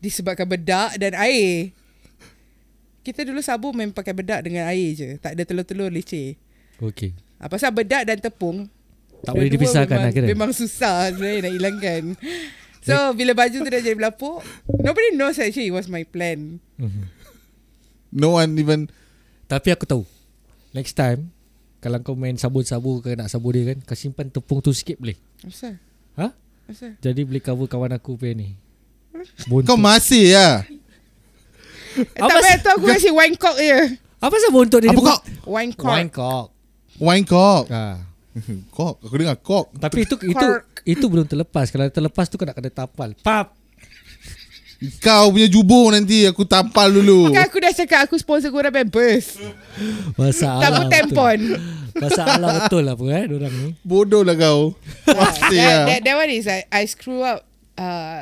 Speaker 6: Disebabkan bedak dan air Kita dulu sabun main pakai bedak dengan air je Tak ada telur-telur leceh
Speaker 5: okay.
Speaker 6: ah, Pasal bedak dan tepung
Speaker 5: Tak boleh
Speaker 6: dua-dua
Speaker 5: dipisahkan
Speaker 6: memang,
Speaker 5: lah kira.
Speaker 6: Memang susah sebenarnya nak
Speaker 5: <laughs>
Speaker 6: hilangkan So bila baju tu dah jadi belapuk Nobody knows actually it was my plan
Speaker 3: No one even
Speaker 5: Tapi aku tahu. Next time, kalau kau main sabun-sabun ke nak sabun dia kan, kau simpan tepung tu sikit boleh.
Speaker 6: Kenapa?
Speaker 5: Ha?
Speaker 6: Kenapa?
Speaker 5: Jadi boleh cover kawan aku punya ni.
Speaker 3: Kau
Speaker 5: Bontot.
Speaker 3: masih ya
Speaker 6: Eh, Tak
Speaker 5: Apa
Speaker 6: payah tu aku kasi wine cock je
Speaker 5: Apa pasal bontot dia?
Speaker 3: Apa
Speaker 5: Dia
Speaker 3: kok?
Speaker 6: Wine
Speaker 5: buat-
Speaker 6: cock
Speaker 5: Wine cock.
Speaker 3: Wine cock <laughs>
Speaker 5: Ah.
Speaker 3: Cock Aku dengar cock
Speaker 5: Tapi itu itu itu belum terlepas. Kalau terlepas tu kena kena tapal. Pap.
Speaker 3: Kau punya jubur nanti Aku tampal dulu
Speaker 6: Kan aku dah cakap aku sponsor korang Pampers
Speaker 5: Hmm. Masalah.
Speaker 6: Tak pun tempon
Speaker 5: Masalah betul lah apa eh orang ni.
Speaker 3: Bodoh lah
Speaker 6: <laughs>
Speaker 3: kau Masih ya
Speaker 6: that, that, that one is I, I screw up uh,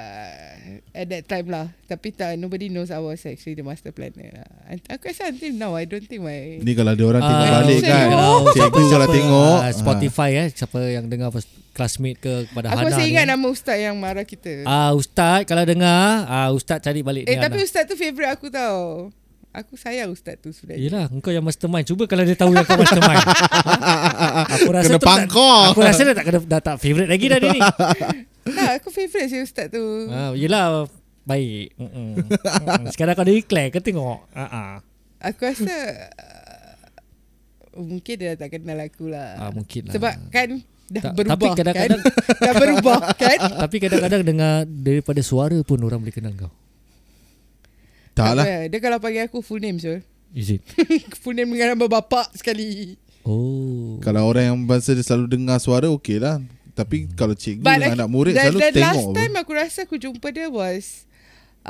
Speaker 6: At that time lah Tapi tak Nobody knows I was actually the master planner lah And Aku rasa until now I don't think my
Speaker 3: Ni kalau ada orang tengok
Speaker 5: Ah,
Speaker 3: balik kan
Speaker 5: kalau
Speaker 3: Cikgu
Speaker 5: siapa-
Speaker 3: kalau
Speaker 5: siapa,
Speaker 3: tengok
Speaker 5: ah, Spotify eh siapa yang dengar first- classmate ke kepada
Speaker 6: Aku
Speaker 5: Hana.
Speaker 6: masih ingat
Speaker 5: ni. eh.
Speaker 6: nama ustaz yang marah kita
Speaker 5: Ah ustaz kalau dengar ah ustaz cari balik
Speaker 6: Eh
Speaker 5: ni
Speaker 6: tapi
Speaker 5: Hana.
Speaker 6: ustaz tu favourite aku tau Aku sayang ustaz tu sebenarnya
Speaker 5: Yelah engkau yang mastermind Cuba kalau dia tahu yang kau mastermind
Speaker 3: <laughs> Ah,
Speaker 5: Ha? Aku rasa
Speaker 3: Kena
Speaker 5: tu tak-
Speaker 3: pangkor.
Speaker 5: Aku rasa dah tak, kena- dah tak favourite lagi dah dia ni
Speaker 6: Tak aku favourite si ustaz tu
Speaker 5: ah, Yelah Baik Mm-mm. Mm-mm. Sekarang kau dah declare Kau tengok Ah, ah.
Speaker 6: Aku rasa uh, Mungkin dia dah tak kenal aku lah
Speaker 5: Ah, mungkin lah.
Speaker 6: Sebab kan Dah
Speaker 5: Tak-
Speaker 6: berubah
Speaker 5: tapi kadang-kadang-
Speaker 6: kan <laughs> Dah berubah kan
Speaker 5: Tapi kadang-kadang dengar Daripada suara pun Orang boleh kenal kau
Speaker 3: <laughs> Tak
Speaker 5: <laughs>
Speaker 3: lah
Speaker 6: apa, Dia kalau panggil aku full name Syul
Speaker 5: Is it?
Speaker 6: <laughs> Full name dengan nama bapak sekali
Speaker 5: Oh
Speaker 3: Kalau orang yang bahasa dia selalu dengar suara Okey lah Tapi kalau cikgu dengan anak murid
Speaker 6: the,
Speaker 3: Selalu
Speaker 6: the
Speaker 3: tengok
Speaker 6: last
Speaker 3: apa.
Speaker 6: time aku rasa aku jumpa dia was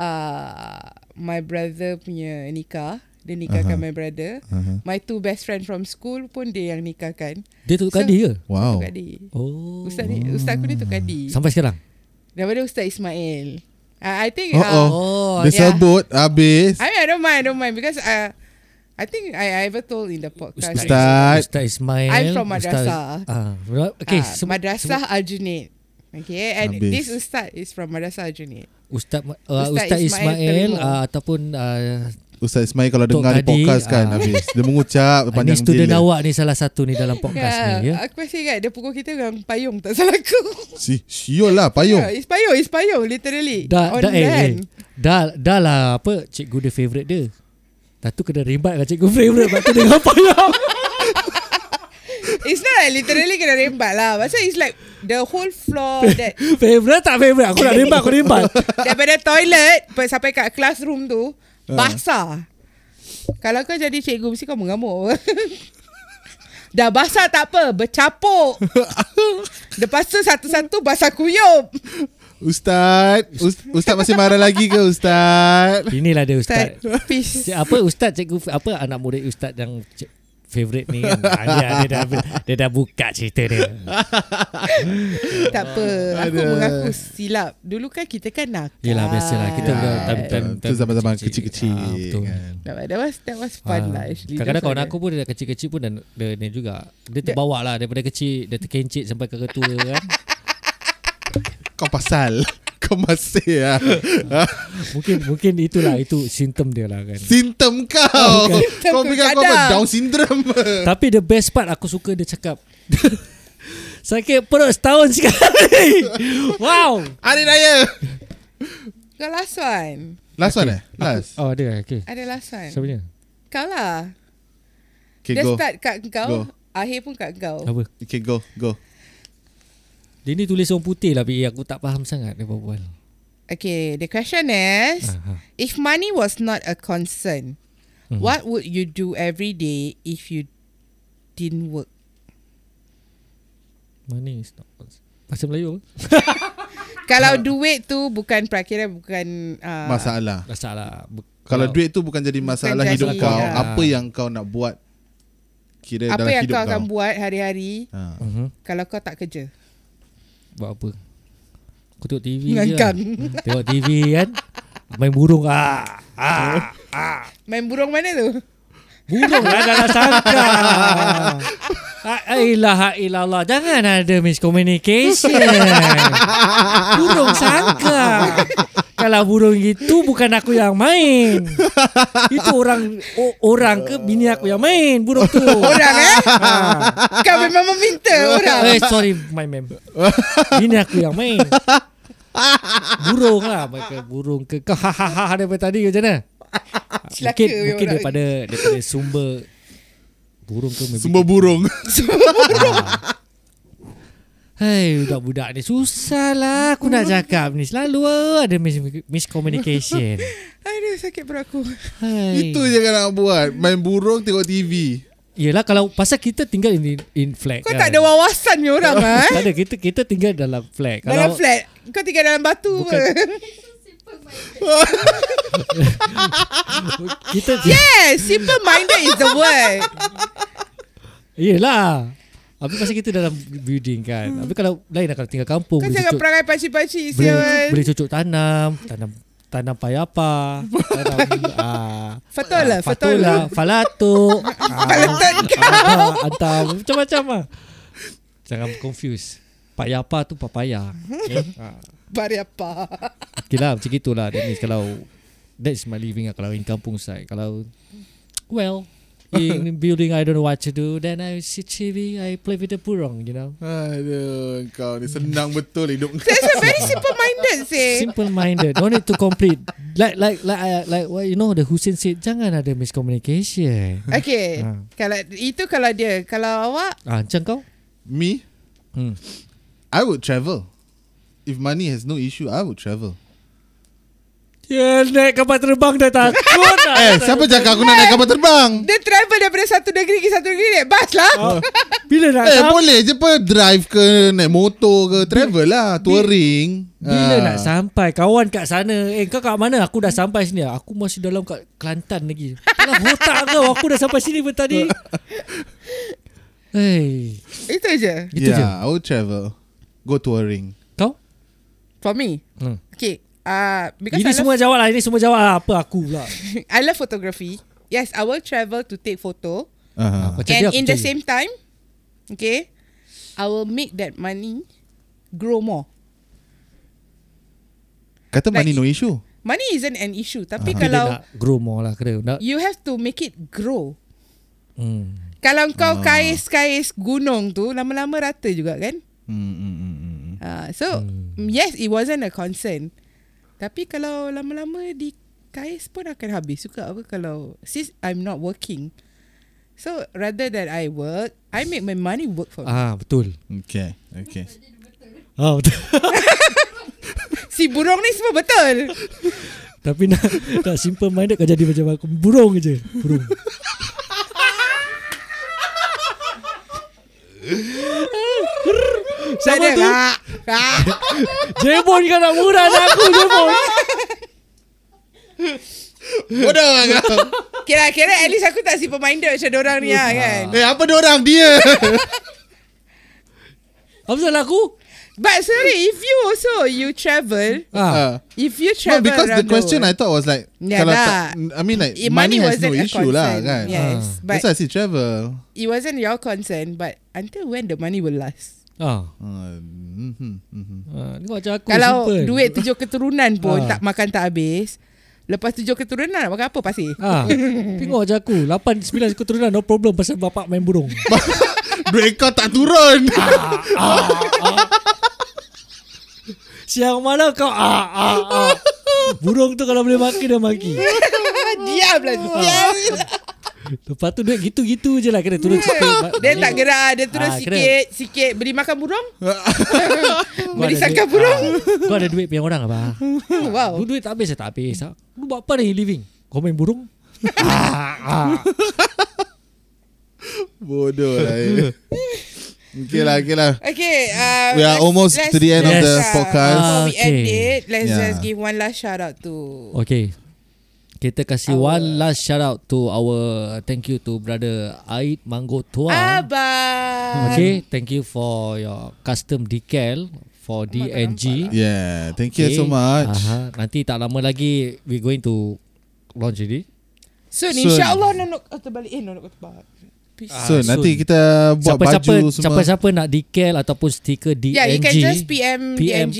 Speaker 6: uh, My brother punya nikah Dia nikahkan uh-huh. my brother
Speaker 3: Aha.
Speaker 6: uh-huh. My two best friend from school pun dia yang nikahkan
Speaker 5: Dia
Speaker 6: So-
Speaker 5: tu kadi ke?
Speaker 3: Wow
Speaker 6: Tok Kadi
Speaker 5: Oh
Speaker 6: Ustaz, ni, Ustaz aku ni Tok Kadi
Speaker 5: Sampai sekarang?
Speaker 6: Daripada Ustaz Ismail uh, I think
Speaker 3: Oh,
Speaker 6: uh,
Speaker 3: oh.
Speaker 5: Oh,
Speaker 3: Dia
Speaker 6: yeah.
Speaker 3: sebut habis
Speaker 6: I mean, I don't mind, I don't mind because uh, I think I, I ever told in the podcast.
Speaker 3: Ustaz
Speaker 5: Ustaz Ismail
Speaker 6: I'm from
Speaker 5: Ustaz-
Speaker 6: madrasah.
Speaker 5: ah,
Speaker 6: Okay,
Speaker 5: Okay
Speaker 6: uh,
Speaker 5: semua-
Speaker 6: Madrasah Al Junaid. Okay,
Speaker 3: Habis.
Speaker 6: and Habis. this ustaz is from Madrasah Al Junaid.
Speaker 5: Ustaz uh,
Speaker 6: Ustaz Ismail
Speaker 5: Ustaz Ismail ah,
Speaker 6: Terengganu.
Speaker 5: uh, ataupun uh,
Speaker 3: Ustaz Ismail kalau
Speaker 5: Tok
Speaker 3: dengar di
Speaker 5: tadi,
Speaker 3: podcast kan
Speaker 5: ah.
Speaker 3: Hafiz Dia
Speaker 5: <laughs>
Speaker 3: mengucap
Speaker 5: Ni
Speaker 3: panjang
Speaker 5: student
Speaker 3: gila
Speaker 5: awak ni salah satu ni
Speaker 6: <laughs>
Speaker 5: dalam podcast ni ya.
Speaker 6: Aku masih ingat dia pukul kita dengan payung tak salah aku.
Speaker 3: Si, siul lah payung
Speaker 6: <laughs> Yeah, it's payung, it's payung literally.
Speaker 5: Dah
Speaker 6: On
Speaker 5: dah eh, eh.
Speaker 6: land.
Speaker 5: Dah dah lah apa cikgu dia favorite dia. Dah tu kena rembat dengan cikgu <laughs> favorite Sebab tu dengan payah <laughs> eh.
Speaker 6: It's not like literally kena rembat lah. Pasal it's like the whole floor that
Speaker 5: Favorite tak favorite Aku nak rembat Aku rembat
Speaker 6: <laughs> daripada toilet pe- sampai kat classroom tu
Speaker 3: Ah.
Speaker 6: basah. Kalau kau jadi cikgu mesti kau mengamuk. <laughs> Dah basah tak apa,
Speaker 3: <laughs>
Speaker 6: bercapuk. Lepas tu satu-satu basah kuyup.
Speaker 3: Ustaz Ust- Ustaz masih marah lagi ke Ustaz
Speaker 5: Inilah dia ustaz
Speaker 6: Ustaz, peace.
Speaker 5: Cik, apa ustaz cikgu apa anak murid ustaz yang cik, favorite ni kan? Ah, dia, dia, dah, dia dah buka cerita dia.
Speaker 6: Tak apa Aku
Speaker 3: Aduh.
Speaker 6: mengaku silap Dulu kan kita kan nakal
Speaker 5: Yelah biasalah kita
Speaker 3: Ya,
Speaker 5: dah time time
Speaker 3: betul. Tu zaman-zaman kecil-kecil
Speaker 5: Ah, betul.
Speaker 3: kan.
Speaker 6: That that was, that was fun lah actually
Speaker 5: Ah. Kadang-kadang
Speaker 6: Those
Speaker 5: kawan
Speaker 6: are
Speaker 5: aku pun dia dah kecil-kecil pun dan dia ni juga. eh. Dia terbawa lah daripada kecil dia terkencit sampai ke ketua kan.
Speaker 3: Kau pasal <laughs> Kau masih lah
Speaker 5: <laughs> mungkin mungkin itulah itu simptom dia lah kan.
Speaker 3: Simptom
Speaker 6: Oh,
Speaker 3: kau Kau
Speaker 6: Simptom
Speaker 3: fikir kau apa
Speaker 6: kadang.
Speaker 3: Down
Speaker 6: <laughs>
Speaker 3: syndrome
Speaker 5: Tapi the best part aku suka dia cakap <laughs> Sakit perut setahun sekali <laughs> Wow
Speaker 3: Hari Raya
Speaker 6: the- Kau last one
Speaker 3: Last one eh Last
Speaker 5: Oh ada okay.
Speaker 6: Ada last one
Speaker 5: Siapa punya?
Speaker 6: Kau lah
Speaker 3: Okay
Speaker 6: Dia
Speaker 3: go
Speaker 6: start kat kau
Speaker 3: Go.
Speaker 6: Akhir pun kat kau
Speaker 5: Apa?
Speaker 3: Okay go Go
Speaker 5: Dia ni tulis orang putih lah Tapi aku tak faham sangat dia berbual
Speaker 6: Okay The question is
Speaker 5: Aha.
Speaker 6: If money was not a concern
Speaker 5: Mhm.
Speaker 6: What would you do every day If you didn't work
Speaker 5: Money is not concern. Bahasa Melayu apa?
Speaker 6: Kalau duit tu Bukan prakira Bukan uh,
Speaker 3: Masalah
Speaker 5: Masalah Bu-
Speaker 3: Kalau duit tu bukan jadi masalah
Speaker 6: jadi,
Speaker 3: hidup kau
Speaker 6: ya.
Speaker 3: Apa yang kau nak buat Kira
Speaker 6: Apa
Speaker 3: dalam
Speaker 6: yang
Speaker 3: hidup
Speaker 6: kau
Speaker 3: kau
Speaker 6: akan buat hari-hari
Speaker 3: ha.
Speaker 5: Mhm.
Speaker 6: Kalau kau tak kerja
Speaker 5: Buat apa? Aku tengok TV je lah.
Speaker 6: Mengangkang
Speaker 5: Tengok TV kan Main burung ah. ah.
Speaker 6: Main burung mana tu?
Speaker 5: Burung lah dalam sangka La ilaha illallah Jangan ada miscommunication Burung sangka Kalau burung itu bukan aku yang main Itu orang o- orang ke bini aku yang main Burung tu
Speaker 6: Orang eh? Kau memang meminta orang.
Speaker 5: Ha. Eh sorry my ma'am Bini aku yang main Burung lah Mereka burung ke Kau hahaha daripada tadi ke macam mana
Speaker 6: Celaka
Speaker 5: Mungkin,
Speaker 6: memang
Speaker 5: mungkin
Speaker 6: orang.
Speaker 5: daripada Daripada sumber Burung ke maybe
Speaker 3: Sumber burung <laughs>
Speaker 5: Hai budak-budak ni susah lah aku nak cakap ni selalu ah, ada mis- miscommunication.
Speaker 6: Aduh sakit perut aku.
Speaker 5: Hai.
Speaker 3: Itu je kau nak buat Main burung tengok TV
Speaker 5: Yelah kalau pasal kita tinggal in in flat. kan.
Speaker 6: Kau tak ada wawasan ni
Speaker 5: <laughs>
Speaker 6: orang ah.
Speaker 5: Tak ada kita kita tinggal dalam flat.
Speaker 6: Dalam flat. Kau tinggal dalam batu
Speaker 5: Bukan.
Speaker 6: Bukan.
Speaker 5: kita
Speaker 6: <laughs> Yes, simple minded is the word.
Speaker 5: Yelah. Habis pasal kita dalam building kan. Habis kalau lain lah kalau tinggal kampung
Speaker 6: Kau
Speaker 5: boleh
Speaker 6: Kan jangan
Speaker 5: cucuk,
Speaker 6: perangai pakcik-pakcik
Speaker 5: boleh,
Speaker 6: sial.
Speaker 5: boleh cucuk tanam, tanam tanam payapa, tanam ah,
Speaker 6: Fatola, <laughs>
Speaker 5: fatola,
Speaker 6: fatola.
Speaker 5: falatuk. ah,
Speaker 6: Falatuk kau.
Speaker 5: Ah, Hantar macam-macam lah Jangan confuse Payah apa tu papaya
Speaker 6: Bari apa?
Speaker 5: Okay lah macam itulah That means kalau That's my living lah Kalau in kampung side Kalau Well In building I don't know what to do Then I sit TV I play with the burung You know
Speaker 3: Aduh kau ni senang betul hidup kau
Speaker 6: That's a <laughs> very simple minded sih.
Speaker 5: Simple minded No need to complete Like like like I- like what you know The Hussein said Jangan ada miscommunication
Speaker 6: Okay.
Speaker 5: Ah.
Speaker 6: Kalau itu kalau dia, kalau awak
Speaker 5: ah, Macam kau
Speaker 3: Me
Speaker 5: hmm.
Speaker 3: I would travel If money has no issue I would travel
Speaker 5: Ya naik kapal terbang dah <laughs> takut
Speaker 3: Eh siapa cakap aku nak naik kapal terbang
Speaker 6: dia travel daripada satu negeri ke satu negeri naik bas lah.
Speaker 5: Ah. Bila nak
Speaker 3: Eh boleh je pun drive ke Naik motor ke Travel lah Touring
Speaker 5: Bila
Speaker 3: Ah.
Speaker 5: nak sampai Kawan kat sana Eh kau kat mana Aku dah sampai sini Aku masih dalam kat Kelantan lagi Alah otak kau Aku dah sampai sini pun tadi Hey
Speaker 6: Itu je.
Speaker 5: Itu je
Speaker 3: Yeah I would travel Go touring
Speaker 5: Kau
Speaker 6: For me.
Speaker 5: Hmm.
Speaker 6: Okay. Uh, because
Speaker 5: Ini
Speaker 6: I love
Speaker 5: semua jawab lah Ini semua jawab lah Apa aku pula
Speaker 6: I love photography. Yes, I will travel to take photo.
Speaker 3: uh-huh.
Speaker 5: Macam
Speaker 6: and
Speaker 5: aku
Speaker 6: in the
Speaker 5: cakap.
Speaker 6: same time, okay, I will make that money grow more.
Speaker 3: Kata
Speaker 6: Like-
Speaker 3: money no issue
Speaker 6: Money isn't an issue. Tapi
Speaker 5: Ah,
Speaker 6: kalau
Speaker 5: dia nak grow more lah kena nak
Speaker 6: you have to make it grow.
Speaker 5: hmm.
Speaker 6: Kalau kau kais-kais gunung tu lama-lama rata juga kan?
Speaker 3: Hmm, hmm, hmm, hmm.
Speaker 6: Uh, so
Speaker 5: Hmm.
Speaker 6: mm. yes it wasn't a concern. Tapi kalau lama-lama di kais pun akan habis juga apa kalau since I'm not working. So rather than I work, I make my money work for me.
Speaker 5: ah betul
Speaker 3: Okay,
Speaker 6: <laughs>
Speaker 3: okay.
Speaker 5: ah betul
Speaker 6: Si burung ni semua
Speaker 3: <laughs>
Speaker 6: betul.
Speaker 5: tapi nak <laughs> nak simple minded kau jadi macam aku burung je burung Siapa
Speaker 6: Tak ada
Speaker 5: tu?
Speaker 6: lah. Ah.
Speaker 5: Jebon kau nak murah dah aku Jebon
Speaker 3: Bodoh lah kau.
Speaker 6: <laughs> Kira kira at least aku tak simple minded macam dorang ni lah kan.
Speaker 3: Eh, apa orang dia?
Speaker 5: Apa salah aku?
Speaker 6: But sorry, if you also you travel,
Speaker 5: Ah,
Speaker 3: <laughs> Ah.
Speaker 6: if you
Speaker 3: No,
Speaker 6: travel
Speaker 3: because the
Speaker 6: around
Speaker 3: question
Speaker 6: world,
Speaker 3: I thought was like,
Speaker 6: Yeah
Speaker 3: kalau
Speaker 6: lah.
Speaker 3: tak, I mean like,
Speaker 6: eh,
Speaker 3: money, has no
Speaker 6: wasn't a
Speaker 3: issue lah
Speaker 6: concern.
Speaker 3: kan.
Speaker 6: Yes, but
Speaker 3: That's why I see travel.
Speaker 6: it wasn't your concern. But until when the money will last?
Speaker 5: ah.
Speaker 3: Uh, mm-hmm, mm-hmm.
Speaker 5: Ah, ni kau macam aku
Speaker 6: Kalau
Speaker 5: simple.
Speaker 6: duit tujuh keturunan pun tak
Speaker 5: Ah.
Speaker 6: makan tak habis. Lepas tujuh keturunan nak makan apa
Speaker 3: <laughs>
Speaker 6: pasti?
Speaker 5: Ah, tengok je aku 8 9 keturunan no problem pasal bapak main burung.
Speaker 3: <laughs> Duit kau tak turun. <laughs>
Speaker 5: Siang malam kau ah ah ah. Burung tu kalau boleh maki dia maki.
Speaker 6: diam lah, diam.
Speaker 5: Lepas tu duit gitu-gitu je lah kena turun
Speaker 6: <laughs>
Speaker 5: sikit.
Speaker 6: Dia tak gerak, dia turun
Speaker 5: Ah, kena.
Speaker 6: sikit, sikit. Beli makan
Speaker 3: <laughs>
Speaker 6: burung? <laughs>
Speaker 5: Kau
Speaker 6: Beli
Speaker 5: ada
Speaker 6: sangka
Speaker 5: duit-
Speaker 6: burung?
Speaker 5: Ah, kau ada duit punya orang apa? Ah.
Speaker 6: <laughs> wow.
Speaker 5: Lu duit tak habis saya tak habis. Ah. Lu buat apa ni living? Kau main burung? ah, ah.
Speaker 3: Bodoh lah. eh. okay lah, okay lah.
Speaker 6: Okay, uh,
Speaker 3: We are
Speaker 6: let's-
Speaker 3: almost
Speaker 6: let's-
Speaker 3: to the end
Speaker 5: of the
Speaker 6: uh,
Speaker 3: podcast.
Speaker 6: Before we
Speaker 5: Ah, Okay.
Speaker 6: end it, let's
Speaker 3: Yeah.
Speaker 6: just give one last shout out to
Speaker 5: Okay. Kita kasih
Speaker 6: Our-
Speaker 5: one last shout out to our thank you to brother Aid Mango Tua.
Speaker 6: Abang.
Speaker 5: Okay, thank you for your custom decal for
Speaker 6: lah.
Speaker 5: DNG.
Speaker 3: Yeah, thank you
Speaker 5: Okay.
Speaker 3: so much.
Speaker 5: Aha, nanti tak lama lagi we going to launch ini.
Speaker 6: Soon,
Speaker 3: Soon.
Speaker 6: insyaAllah nunuk kau terbalik. Eh, nunuk kau terbalik. Peace.
Speaker 5: Ah,
Speaker 3: So,
Speaker 5: soon.
Speaker 3: nanti kita buat
Speaker 5: Siapa-siapa
Speaker 3: baju semua.
Speaker 5: siapa-siapa nak decal ataupun stiker DNG.
Speaker 6: Yeah, you can just PM,
Speaker 5: PM
Speaker 6: DMG.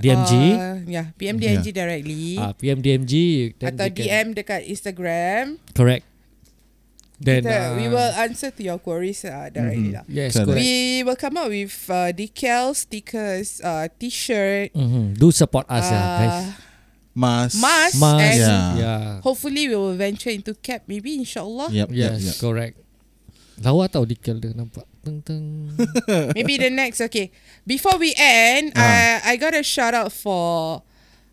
Speaker 5: DMG.
Speaker 6: Uh, yeah, PM DMG directly.
Speaker 5: Ah, PM DMG then
Speaker 6: atau
Speaker 5: we
Speaker 6: DM
Speaker 5: can-
Speaker 6: dekat Instagram.
Speaker 5: Correct. Then Mm-hmm.
Speaker 6: Kita,
Speaker 5: ah,
Speaker 6: we will answer to your queries uh, directly lah.
Speaker 5: Yes,
Speaker 3: Correct.
Speaker 5: correct.
Speaker 6: We will come up with uh, decals, stickers, uh, t-shirt,
Speaker 5: Mhm, Do support us lah, guys.
Speaker 6: uh,
Speaker 3: Mas.
Speaker 6: mask,
Speaker 5: Mask.
Speaker 6: and
Speaker 3: Yeah.
Speaker 5: Yeah.
Speaker 6: hopefully we will venture into cap maybe insyaAllah.
Speaker 3: Yep, yep,
Speaker 5: Yes,
Speaker 3: yep.
Speaker 5: correct. Ya, Lawa tau decal dia nampak. Teng <laughs> teng.
Speaker 6: <laughs> Maybe the next okay. Before we end, uh, I I got a shout out for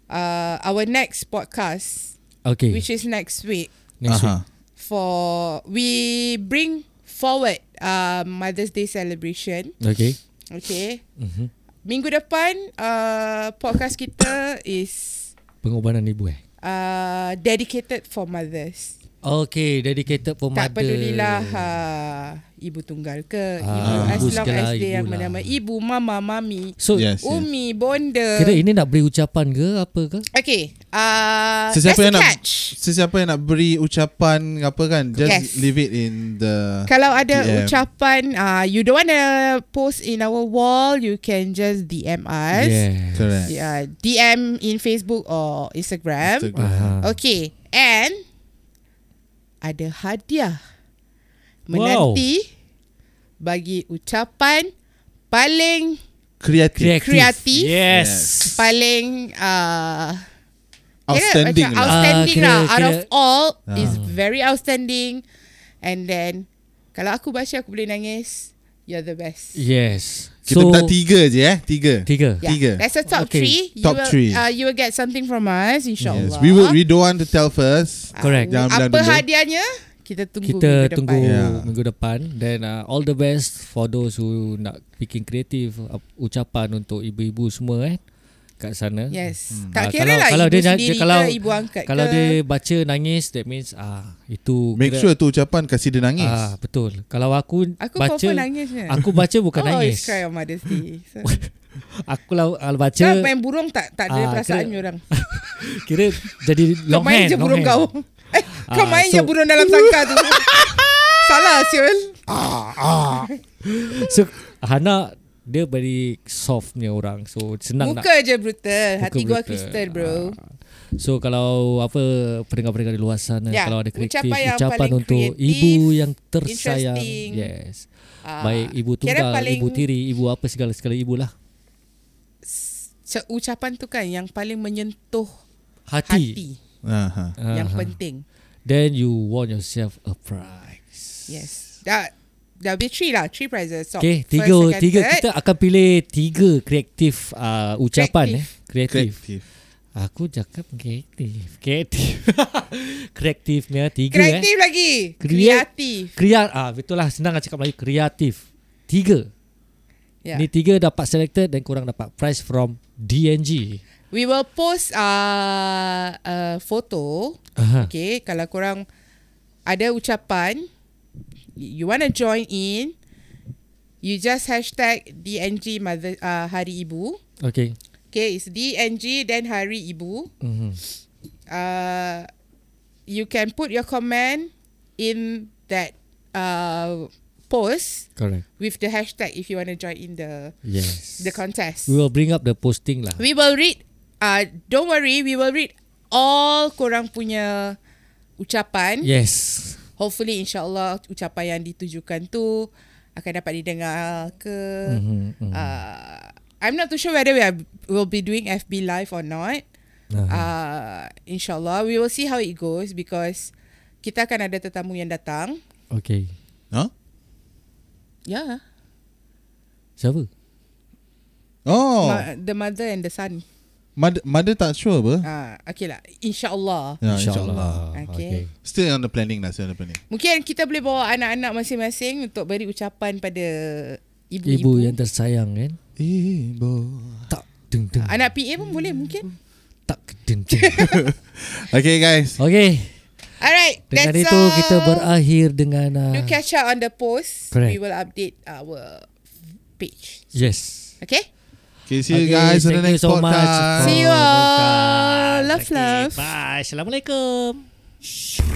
Speaker 6: uh our next podcast,
Speaker 5: Okay.
Speaker 6: which is next week.
Speaker 5: next
Speaker 3: Aha.
Speaker 5: week.
Speaker 6: For we bring forward uh Mother's Day celebration.
Speaker 5: Okay.
Speaker 6: Okay.
Speaker 5: Mhm.
Speaker 6: Minggu depan uh podcast kita is
Speaker 5: Pengorbanan ibu eh.
Speaker 6: uh dedicated for mothers.
Speaker 5: Okay, dedicated for
Speaker 6: Tak
Speaker 5: mother.
Speaker 6: pedulilah uh, ibu tunggal ke, ibu
Speaker 5: Ah,
Speaker 6: as
Speaker 5: ibu
Speaker 6: long
Speaker 5: segala
Speaker 6: as dia yang
Speaker 5: ibu lah.
Speaker 6: bernama ibu, mama, mami,
Speaker 5: So,
Speaker 3: Yes, yes.
Speaker 6: umi, bonda.
Speaker 5: kira ini nak beri ucapan ke apa ke?
Speaker 6: Okay. Uh,
Speaker 3: Sesiapa yang
Speaker 6: that's the
Speaker 3: nak
Speaker 6: catch.
Speaker 3: Sesiapa yang nak beri ucapan apa kan Just
Speaker 6: Yes.
Speaker 3: leave it in the
Speaker 6: Kalau ada
Speaker 3: DM.
Speaker 6: ucapan uh, you don't want to post in our wall, you can just DM us.
Speaker 5: Yes.
Speaker 3: Correct
Speaker 6: Yeah, DM in Facebook or Instagram.
Speaker 3: Instagram.
Speaker 5: Aha.
Speaker 6: Okay. And ada hadiah menanti bagi ucapan paling
Speaker 3: Creative
Speaker 5: Kreatif.
Speaker 6: Kreatif.
Speaker 5: Yes.
Speaker 6: paling uh,
Speaker 3: Outstanding
Speaker 6: kira, macam
Speaker 3: lah
Speaker 5: out-
Speaker 6: outstanding
Speaker 5: Ah, kira-
Speaker 6: lah out of
Speaker 5: kira-
Speaker 6: all
Speaker 3: Ah.
Speaker 6: is very outstanding and then kalau aku baca aku boleh nangis you're the best
Speaker 5: Yes.
Speaker 3: Kita minta tiga je eh Tiga
Speaker 5: tiga.
Speaker 6: Yeah,
Speaker 3: Tiga.
Speaker 6: that's a top
Speaker 5: Okay.
Speaker 6: three you
Speaker 3: Top
Speaker 6: will,
Speaker 3: three.
Speaker 6: uh, you will get something from us
Speaker 3: yes.
Speaker 6: insyaAllah
Speaker 3: We will, we don't want to tell first
Speaker 5: Correct.
Speaker 3: Jangan bilang
Speaker 6: apa
Speaker 3: dulu.
Speaker 6: hadiahnya kita tunggu
Speaker 5: Kita
Speaker 6: minggu depan.
Speaker 5: tunggu
Speaker 3: Yeah.
Speaker 5: minggu depan Then uh, all the best For those who nak bikin kreatif uh, Ucapan untuk ibu-ibu semua eh Kat sana
Speaker 6: yes
Speaker 5: Ah,
Speaker 6: tak kira lah ibu
Speaker 5: jangan-
Speaker 6: sendiri ke ibu angkat
Speaker 5: Kalau
Speaker 6: ke
Speaker 5: dia baca nangis That means ah Itu
Speaker 3: Make sure tu ucapan Kasih dia nangis
Speaker 5: ah, Betul Kalau aku,
Speaker 6: aku
Speaker 5: baca
Speaker 6: confirm Oh, nangisnya
Speaker 5: Aku baca bukan
Speaker 6: I always
Speaker 5: nangis
Speaker 6: cry on Mother's Day
Speaker 5: <laughs>
Speaker 6: so,
Speaker 5: Aku lah uh, baca
Speaker 6: kau main burung tak tak
Speaker 5: Ah,
Speaker 6: ada perasaan
Speaker 5: kira-
Speaker 6: you
Speaker 5: <laughs>
Speaker 6: orang
Speaker 5: Kira jadi
Speaker 6: <laughs> Kau
Speaker 5: long
Speaker 6: main
Speaker 5: hand,
Speaker 6: je
Speaker 5: long
Speaker 6: burung
Speaker 5: hand.
Speaker 6: kau Eh kau <laughs>
Speaker 5: Ah,
Speaker 6: main je
Speaker 5: so-
Speaker 6: burung dalam sangkar tu
Speaker 5: <laughs>
Speaker 6: Salah Syul
Speaker 5: So Hana Dia very soft punya orang. So senang nak
Speaker 6: Muka je brutal. Hati
Speaker 5: Muka
Speaker 6: gua
Speaker 5: brutal.
Speaker 6: kristal bro.
Speaker 5: Ah. So kalau apa pendengar-pendengar di luar sana
Speaker 6: Ya,
Speaker 5: yeah, kalau ada kreatif
Speaker 6: ucapan yang
Speaker 5: ucapan, ucapan
Speaker 6: paling
Speaker 5: untuk
Speaker 6: kreatif,
Speaker 5: ibu yang tersayang.
Speaker 6: interesting.
Speaker 5: Yes.
Speaker 6: Ah,
Speaker 5: Baik ibu
Speaker 6: kira
Speaker 5: tunggal,
Speaker 6: paling-
Speaker 5: ibu tiri, ibu apa segala-segala ibu lah.
Speaker 6: Se- Ucapan tu kan yang paling menyentuh
Speaker 5: Hati.
Speaker 6: hati,
Speaker 3: Aha.
Speaker 5: Ah,
Speaker 6: yang
Speaker 5: ha.
Speaker 6: penting.
Speaker 5: Then you won yourself a prize.
Speaker 6: Yes. Dah dah be three lah, three prizes. So,
Speaker 5: Okay,
Speaker 6: first,
Speaker 5: tiga,
Speaker 6: second,
Speaker 5: tiga
Speaker 6: third.
Speaker 5: kita akan pilih tiga kreatif uh, ucapan kreatif. eh. Kreatif.
Speaker 3: Kreatif.
Speaker 5: Aku cakap kreatif. Kreatif. <laughs> Kreatifnya tiga eh.
Speaker 6: kreatif lagi. Kreatif.
Speaker 5: Kreatif. Ah, betul lah senang nak cakap Melayu kreatif. Tiga.
Speaker 6: Yeah.
Speaker 5: Yeah. Ni tiga dapat selected dan korang dapat prize from DNG.
Speaker 6: We will post uh, uh, photo.
Speaker 5: Aha.
Speaker 6: Okay, kalau korang ada ucapan, y- you want to join in, you just hashtag DNG Mother uh, Hari Ibu.
Speaker 5: Okay.
Speaker 6: Okay, it's DNG then Hari Ibu.
Speaker 5: Mm-hmm.
Speaker 6: Uh, you can put your comment in that uh, post
Speaker 5: Correct.
Speaker 6: with the hashtag if you want to join in the
Speaker 5: Yes.
Speaker 6: the contest.
Speaker 5: We will bring up the posting lah.
Speaker 6: We will read. Uh, don't worry, we will read all korang punya
Speaker 5: Ya.
Speaker 6: ucapan. Yeah.
Speaker 5: Yes.
Speaker 6: Hopefully, insyaAllah ucapan yang ditujukan tu akan dapat didengar ke. Mm-hmm,
Speaker 5: Mm-hmm.
Speaker 6: Uh, I'm not too sure whether we are, will be doing FB live or not.
Speaker 5: Uh-huh.
Speaker 6: Uh, insyaAllah, we will see how it goes because kita akan ada tetamu yang datang.
Speaker 5: Okay.
Speaker 3: Ha?
Speaker 6: Yeah,
Speaker 5: Siapa?
Speaker 3: Oh,
Speaker 6: Ma- the mother and the son.
Speaker 3: mother, mother tak sure apa?
Speaker 6: Uh, okay lah, insyaAllah.
Speaker 3: Ya,
Speaker 6: Okay.
Speaker 3: Still on the planning lah, still on the planning.
Speaker 6: Mungkin kita boleh bawa anak-anak masing-masing untuk beri ucapan pada
Speaker 5: Ibu,
Speaker 6: ibu-ibu.
Speaker 5: yang tersayang kan.
Speaker 3: Ibu.
Speaker 5: Tak deng deng.
Speaker 6: Anak PA pun boleh mungkin.
Speaker 5: Tak deng
Speaker 6: <laughs>
Speaker 5: deng.
Speaker 3: Okay guys.
Speaker 5: okay.
Speaker 6: Alright,
Speaker 5: Dengan
Speaker 6: that's
Speaker 5: itu
Speaker 6: all.
Speaker 5: kita berakhir dengan
Speaker 6: Do
Speaker 5: uh,
Speaker 6: catch up on the post.
Speaker 5: Correct.
Speaker 6: We will update our page.
Speaker 5: Yes.
Speaker 6: Okay?
Speaker 3: Okay, see you guys in the
Speaker 5: thank you
Speaker 3: next
Speaker 5: so much
Speaker 3: podcast.
Speaker 5: for
Speaker 6: See you all.
Speaker 5: the time.
Speaker 6: Love,
Speaker 5: Okay,
Speaker 6: love.
Speaker 5: Bye. Assalamualaikum.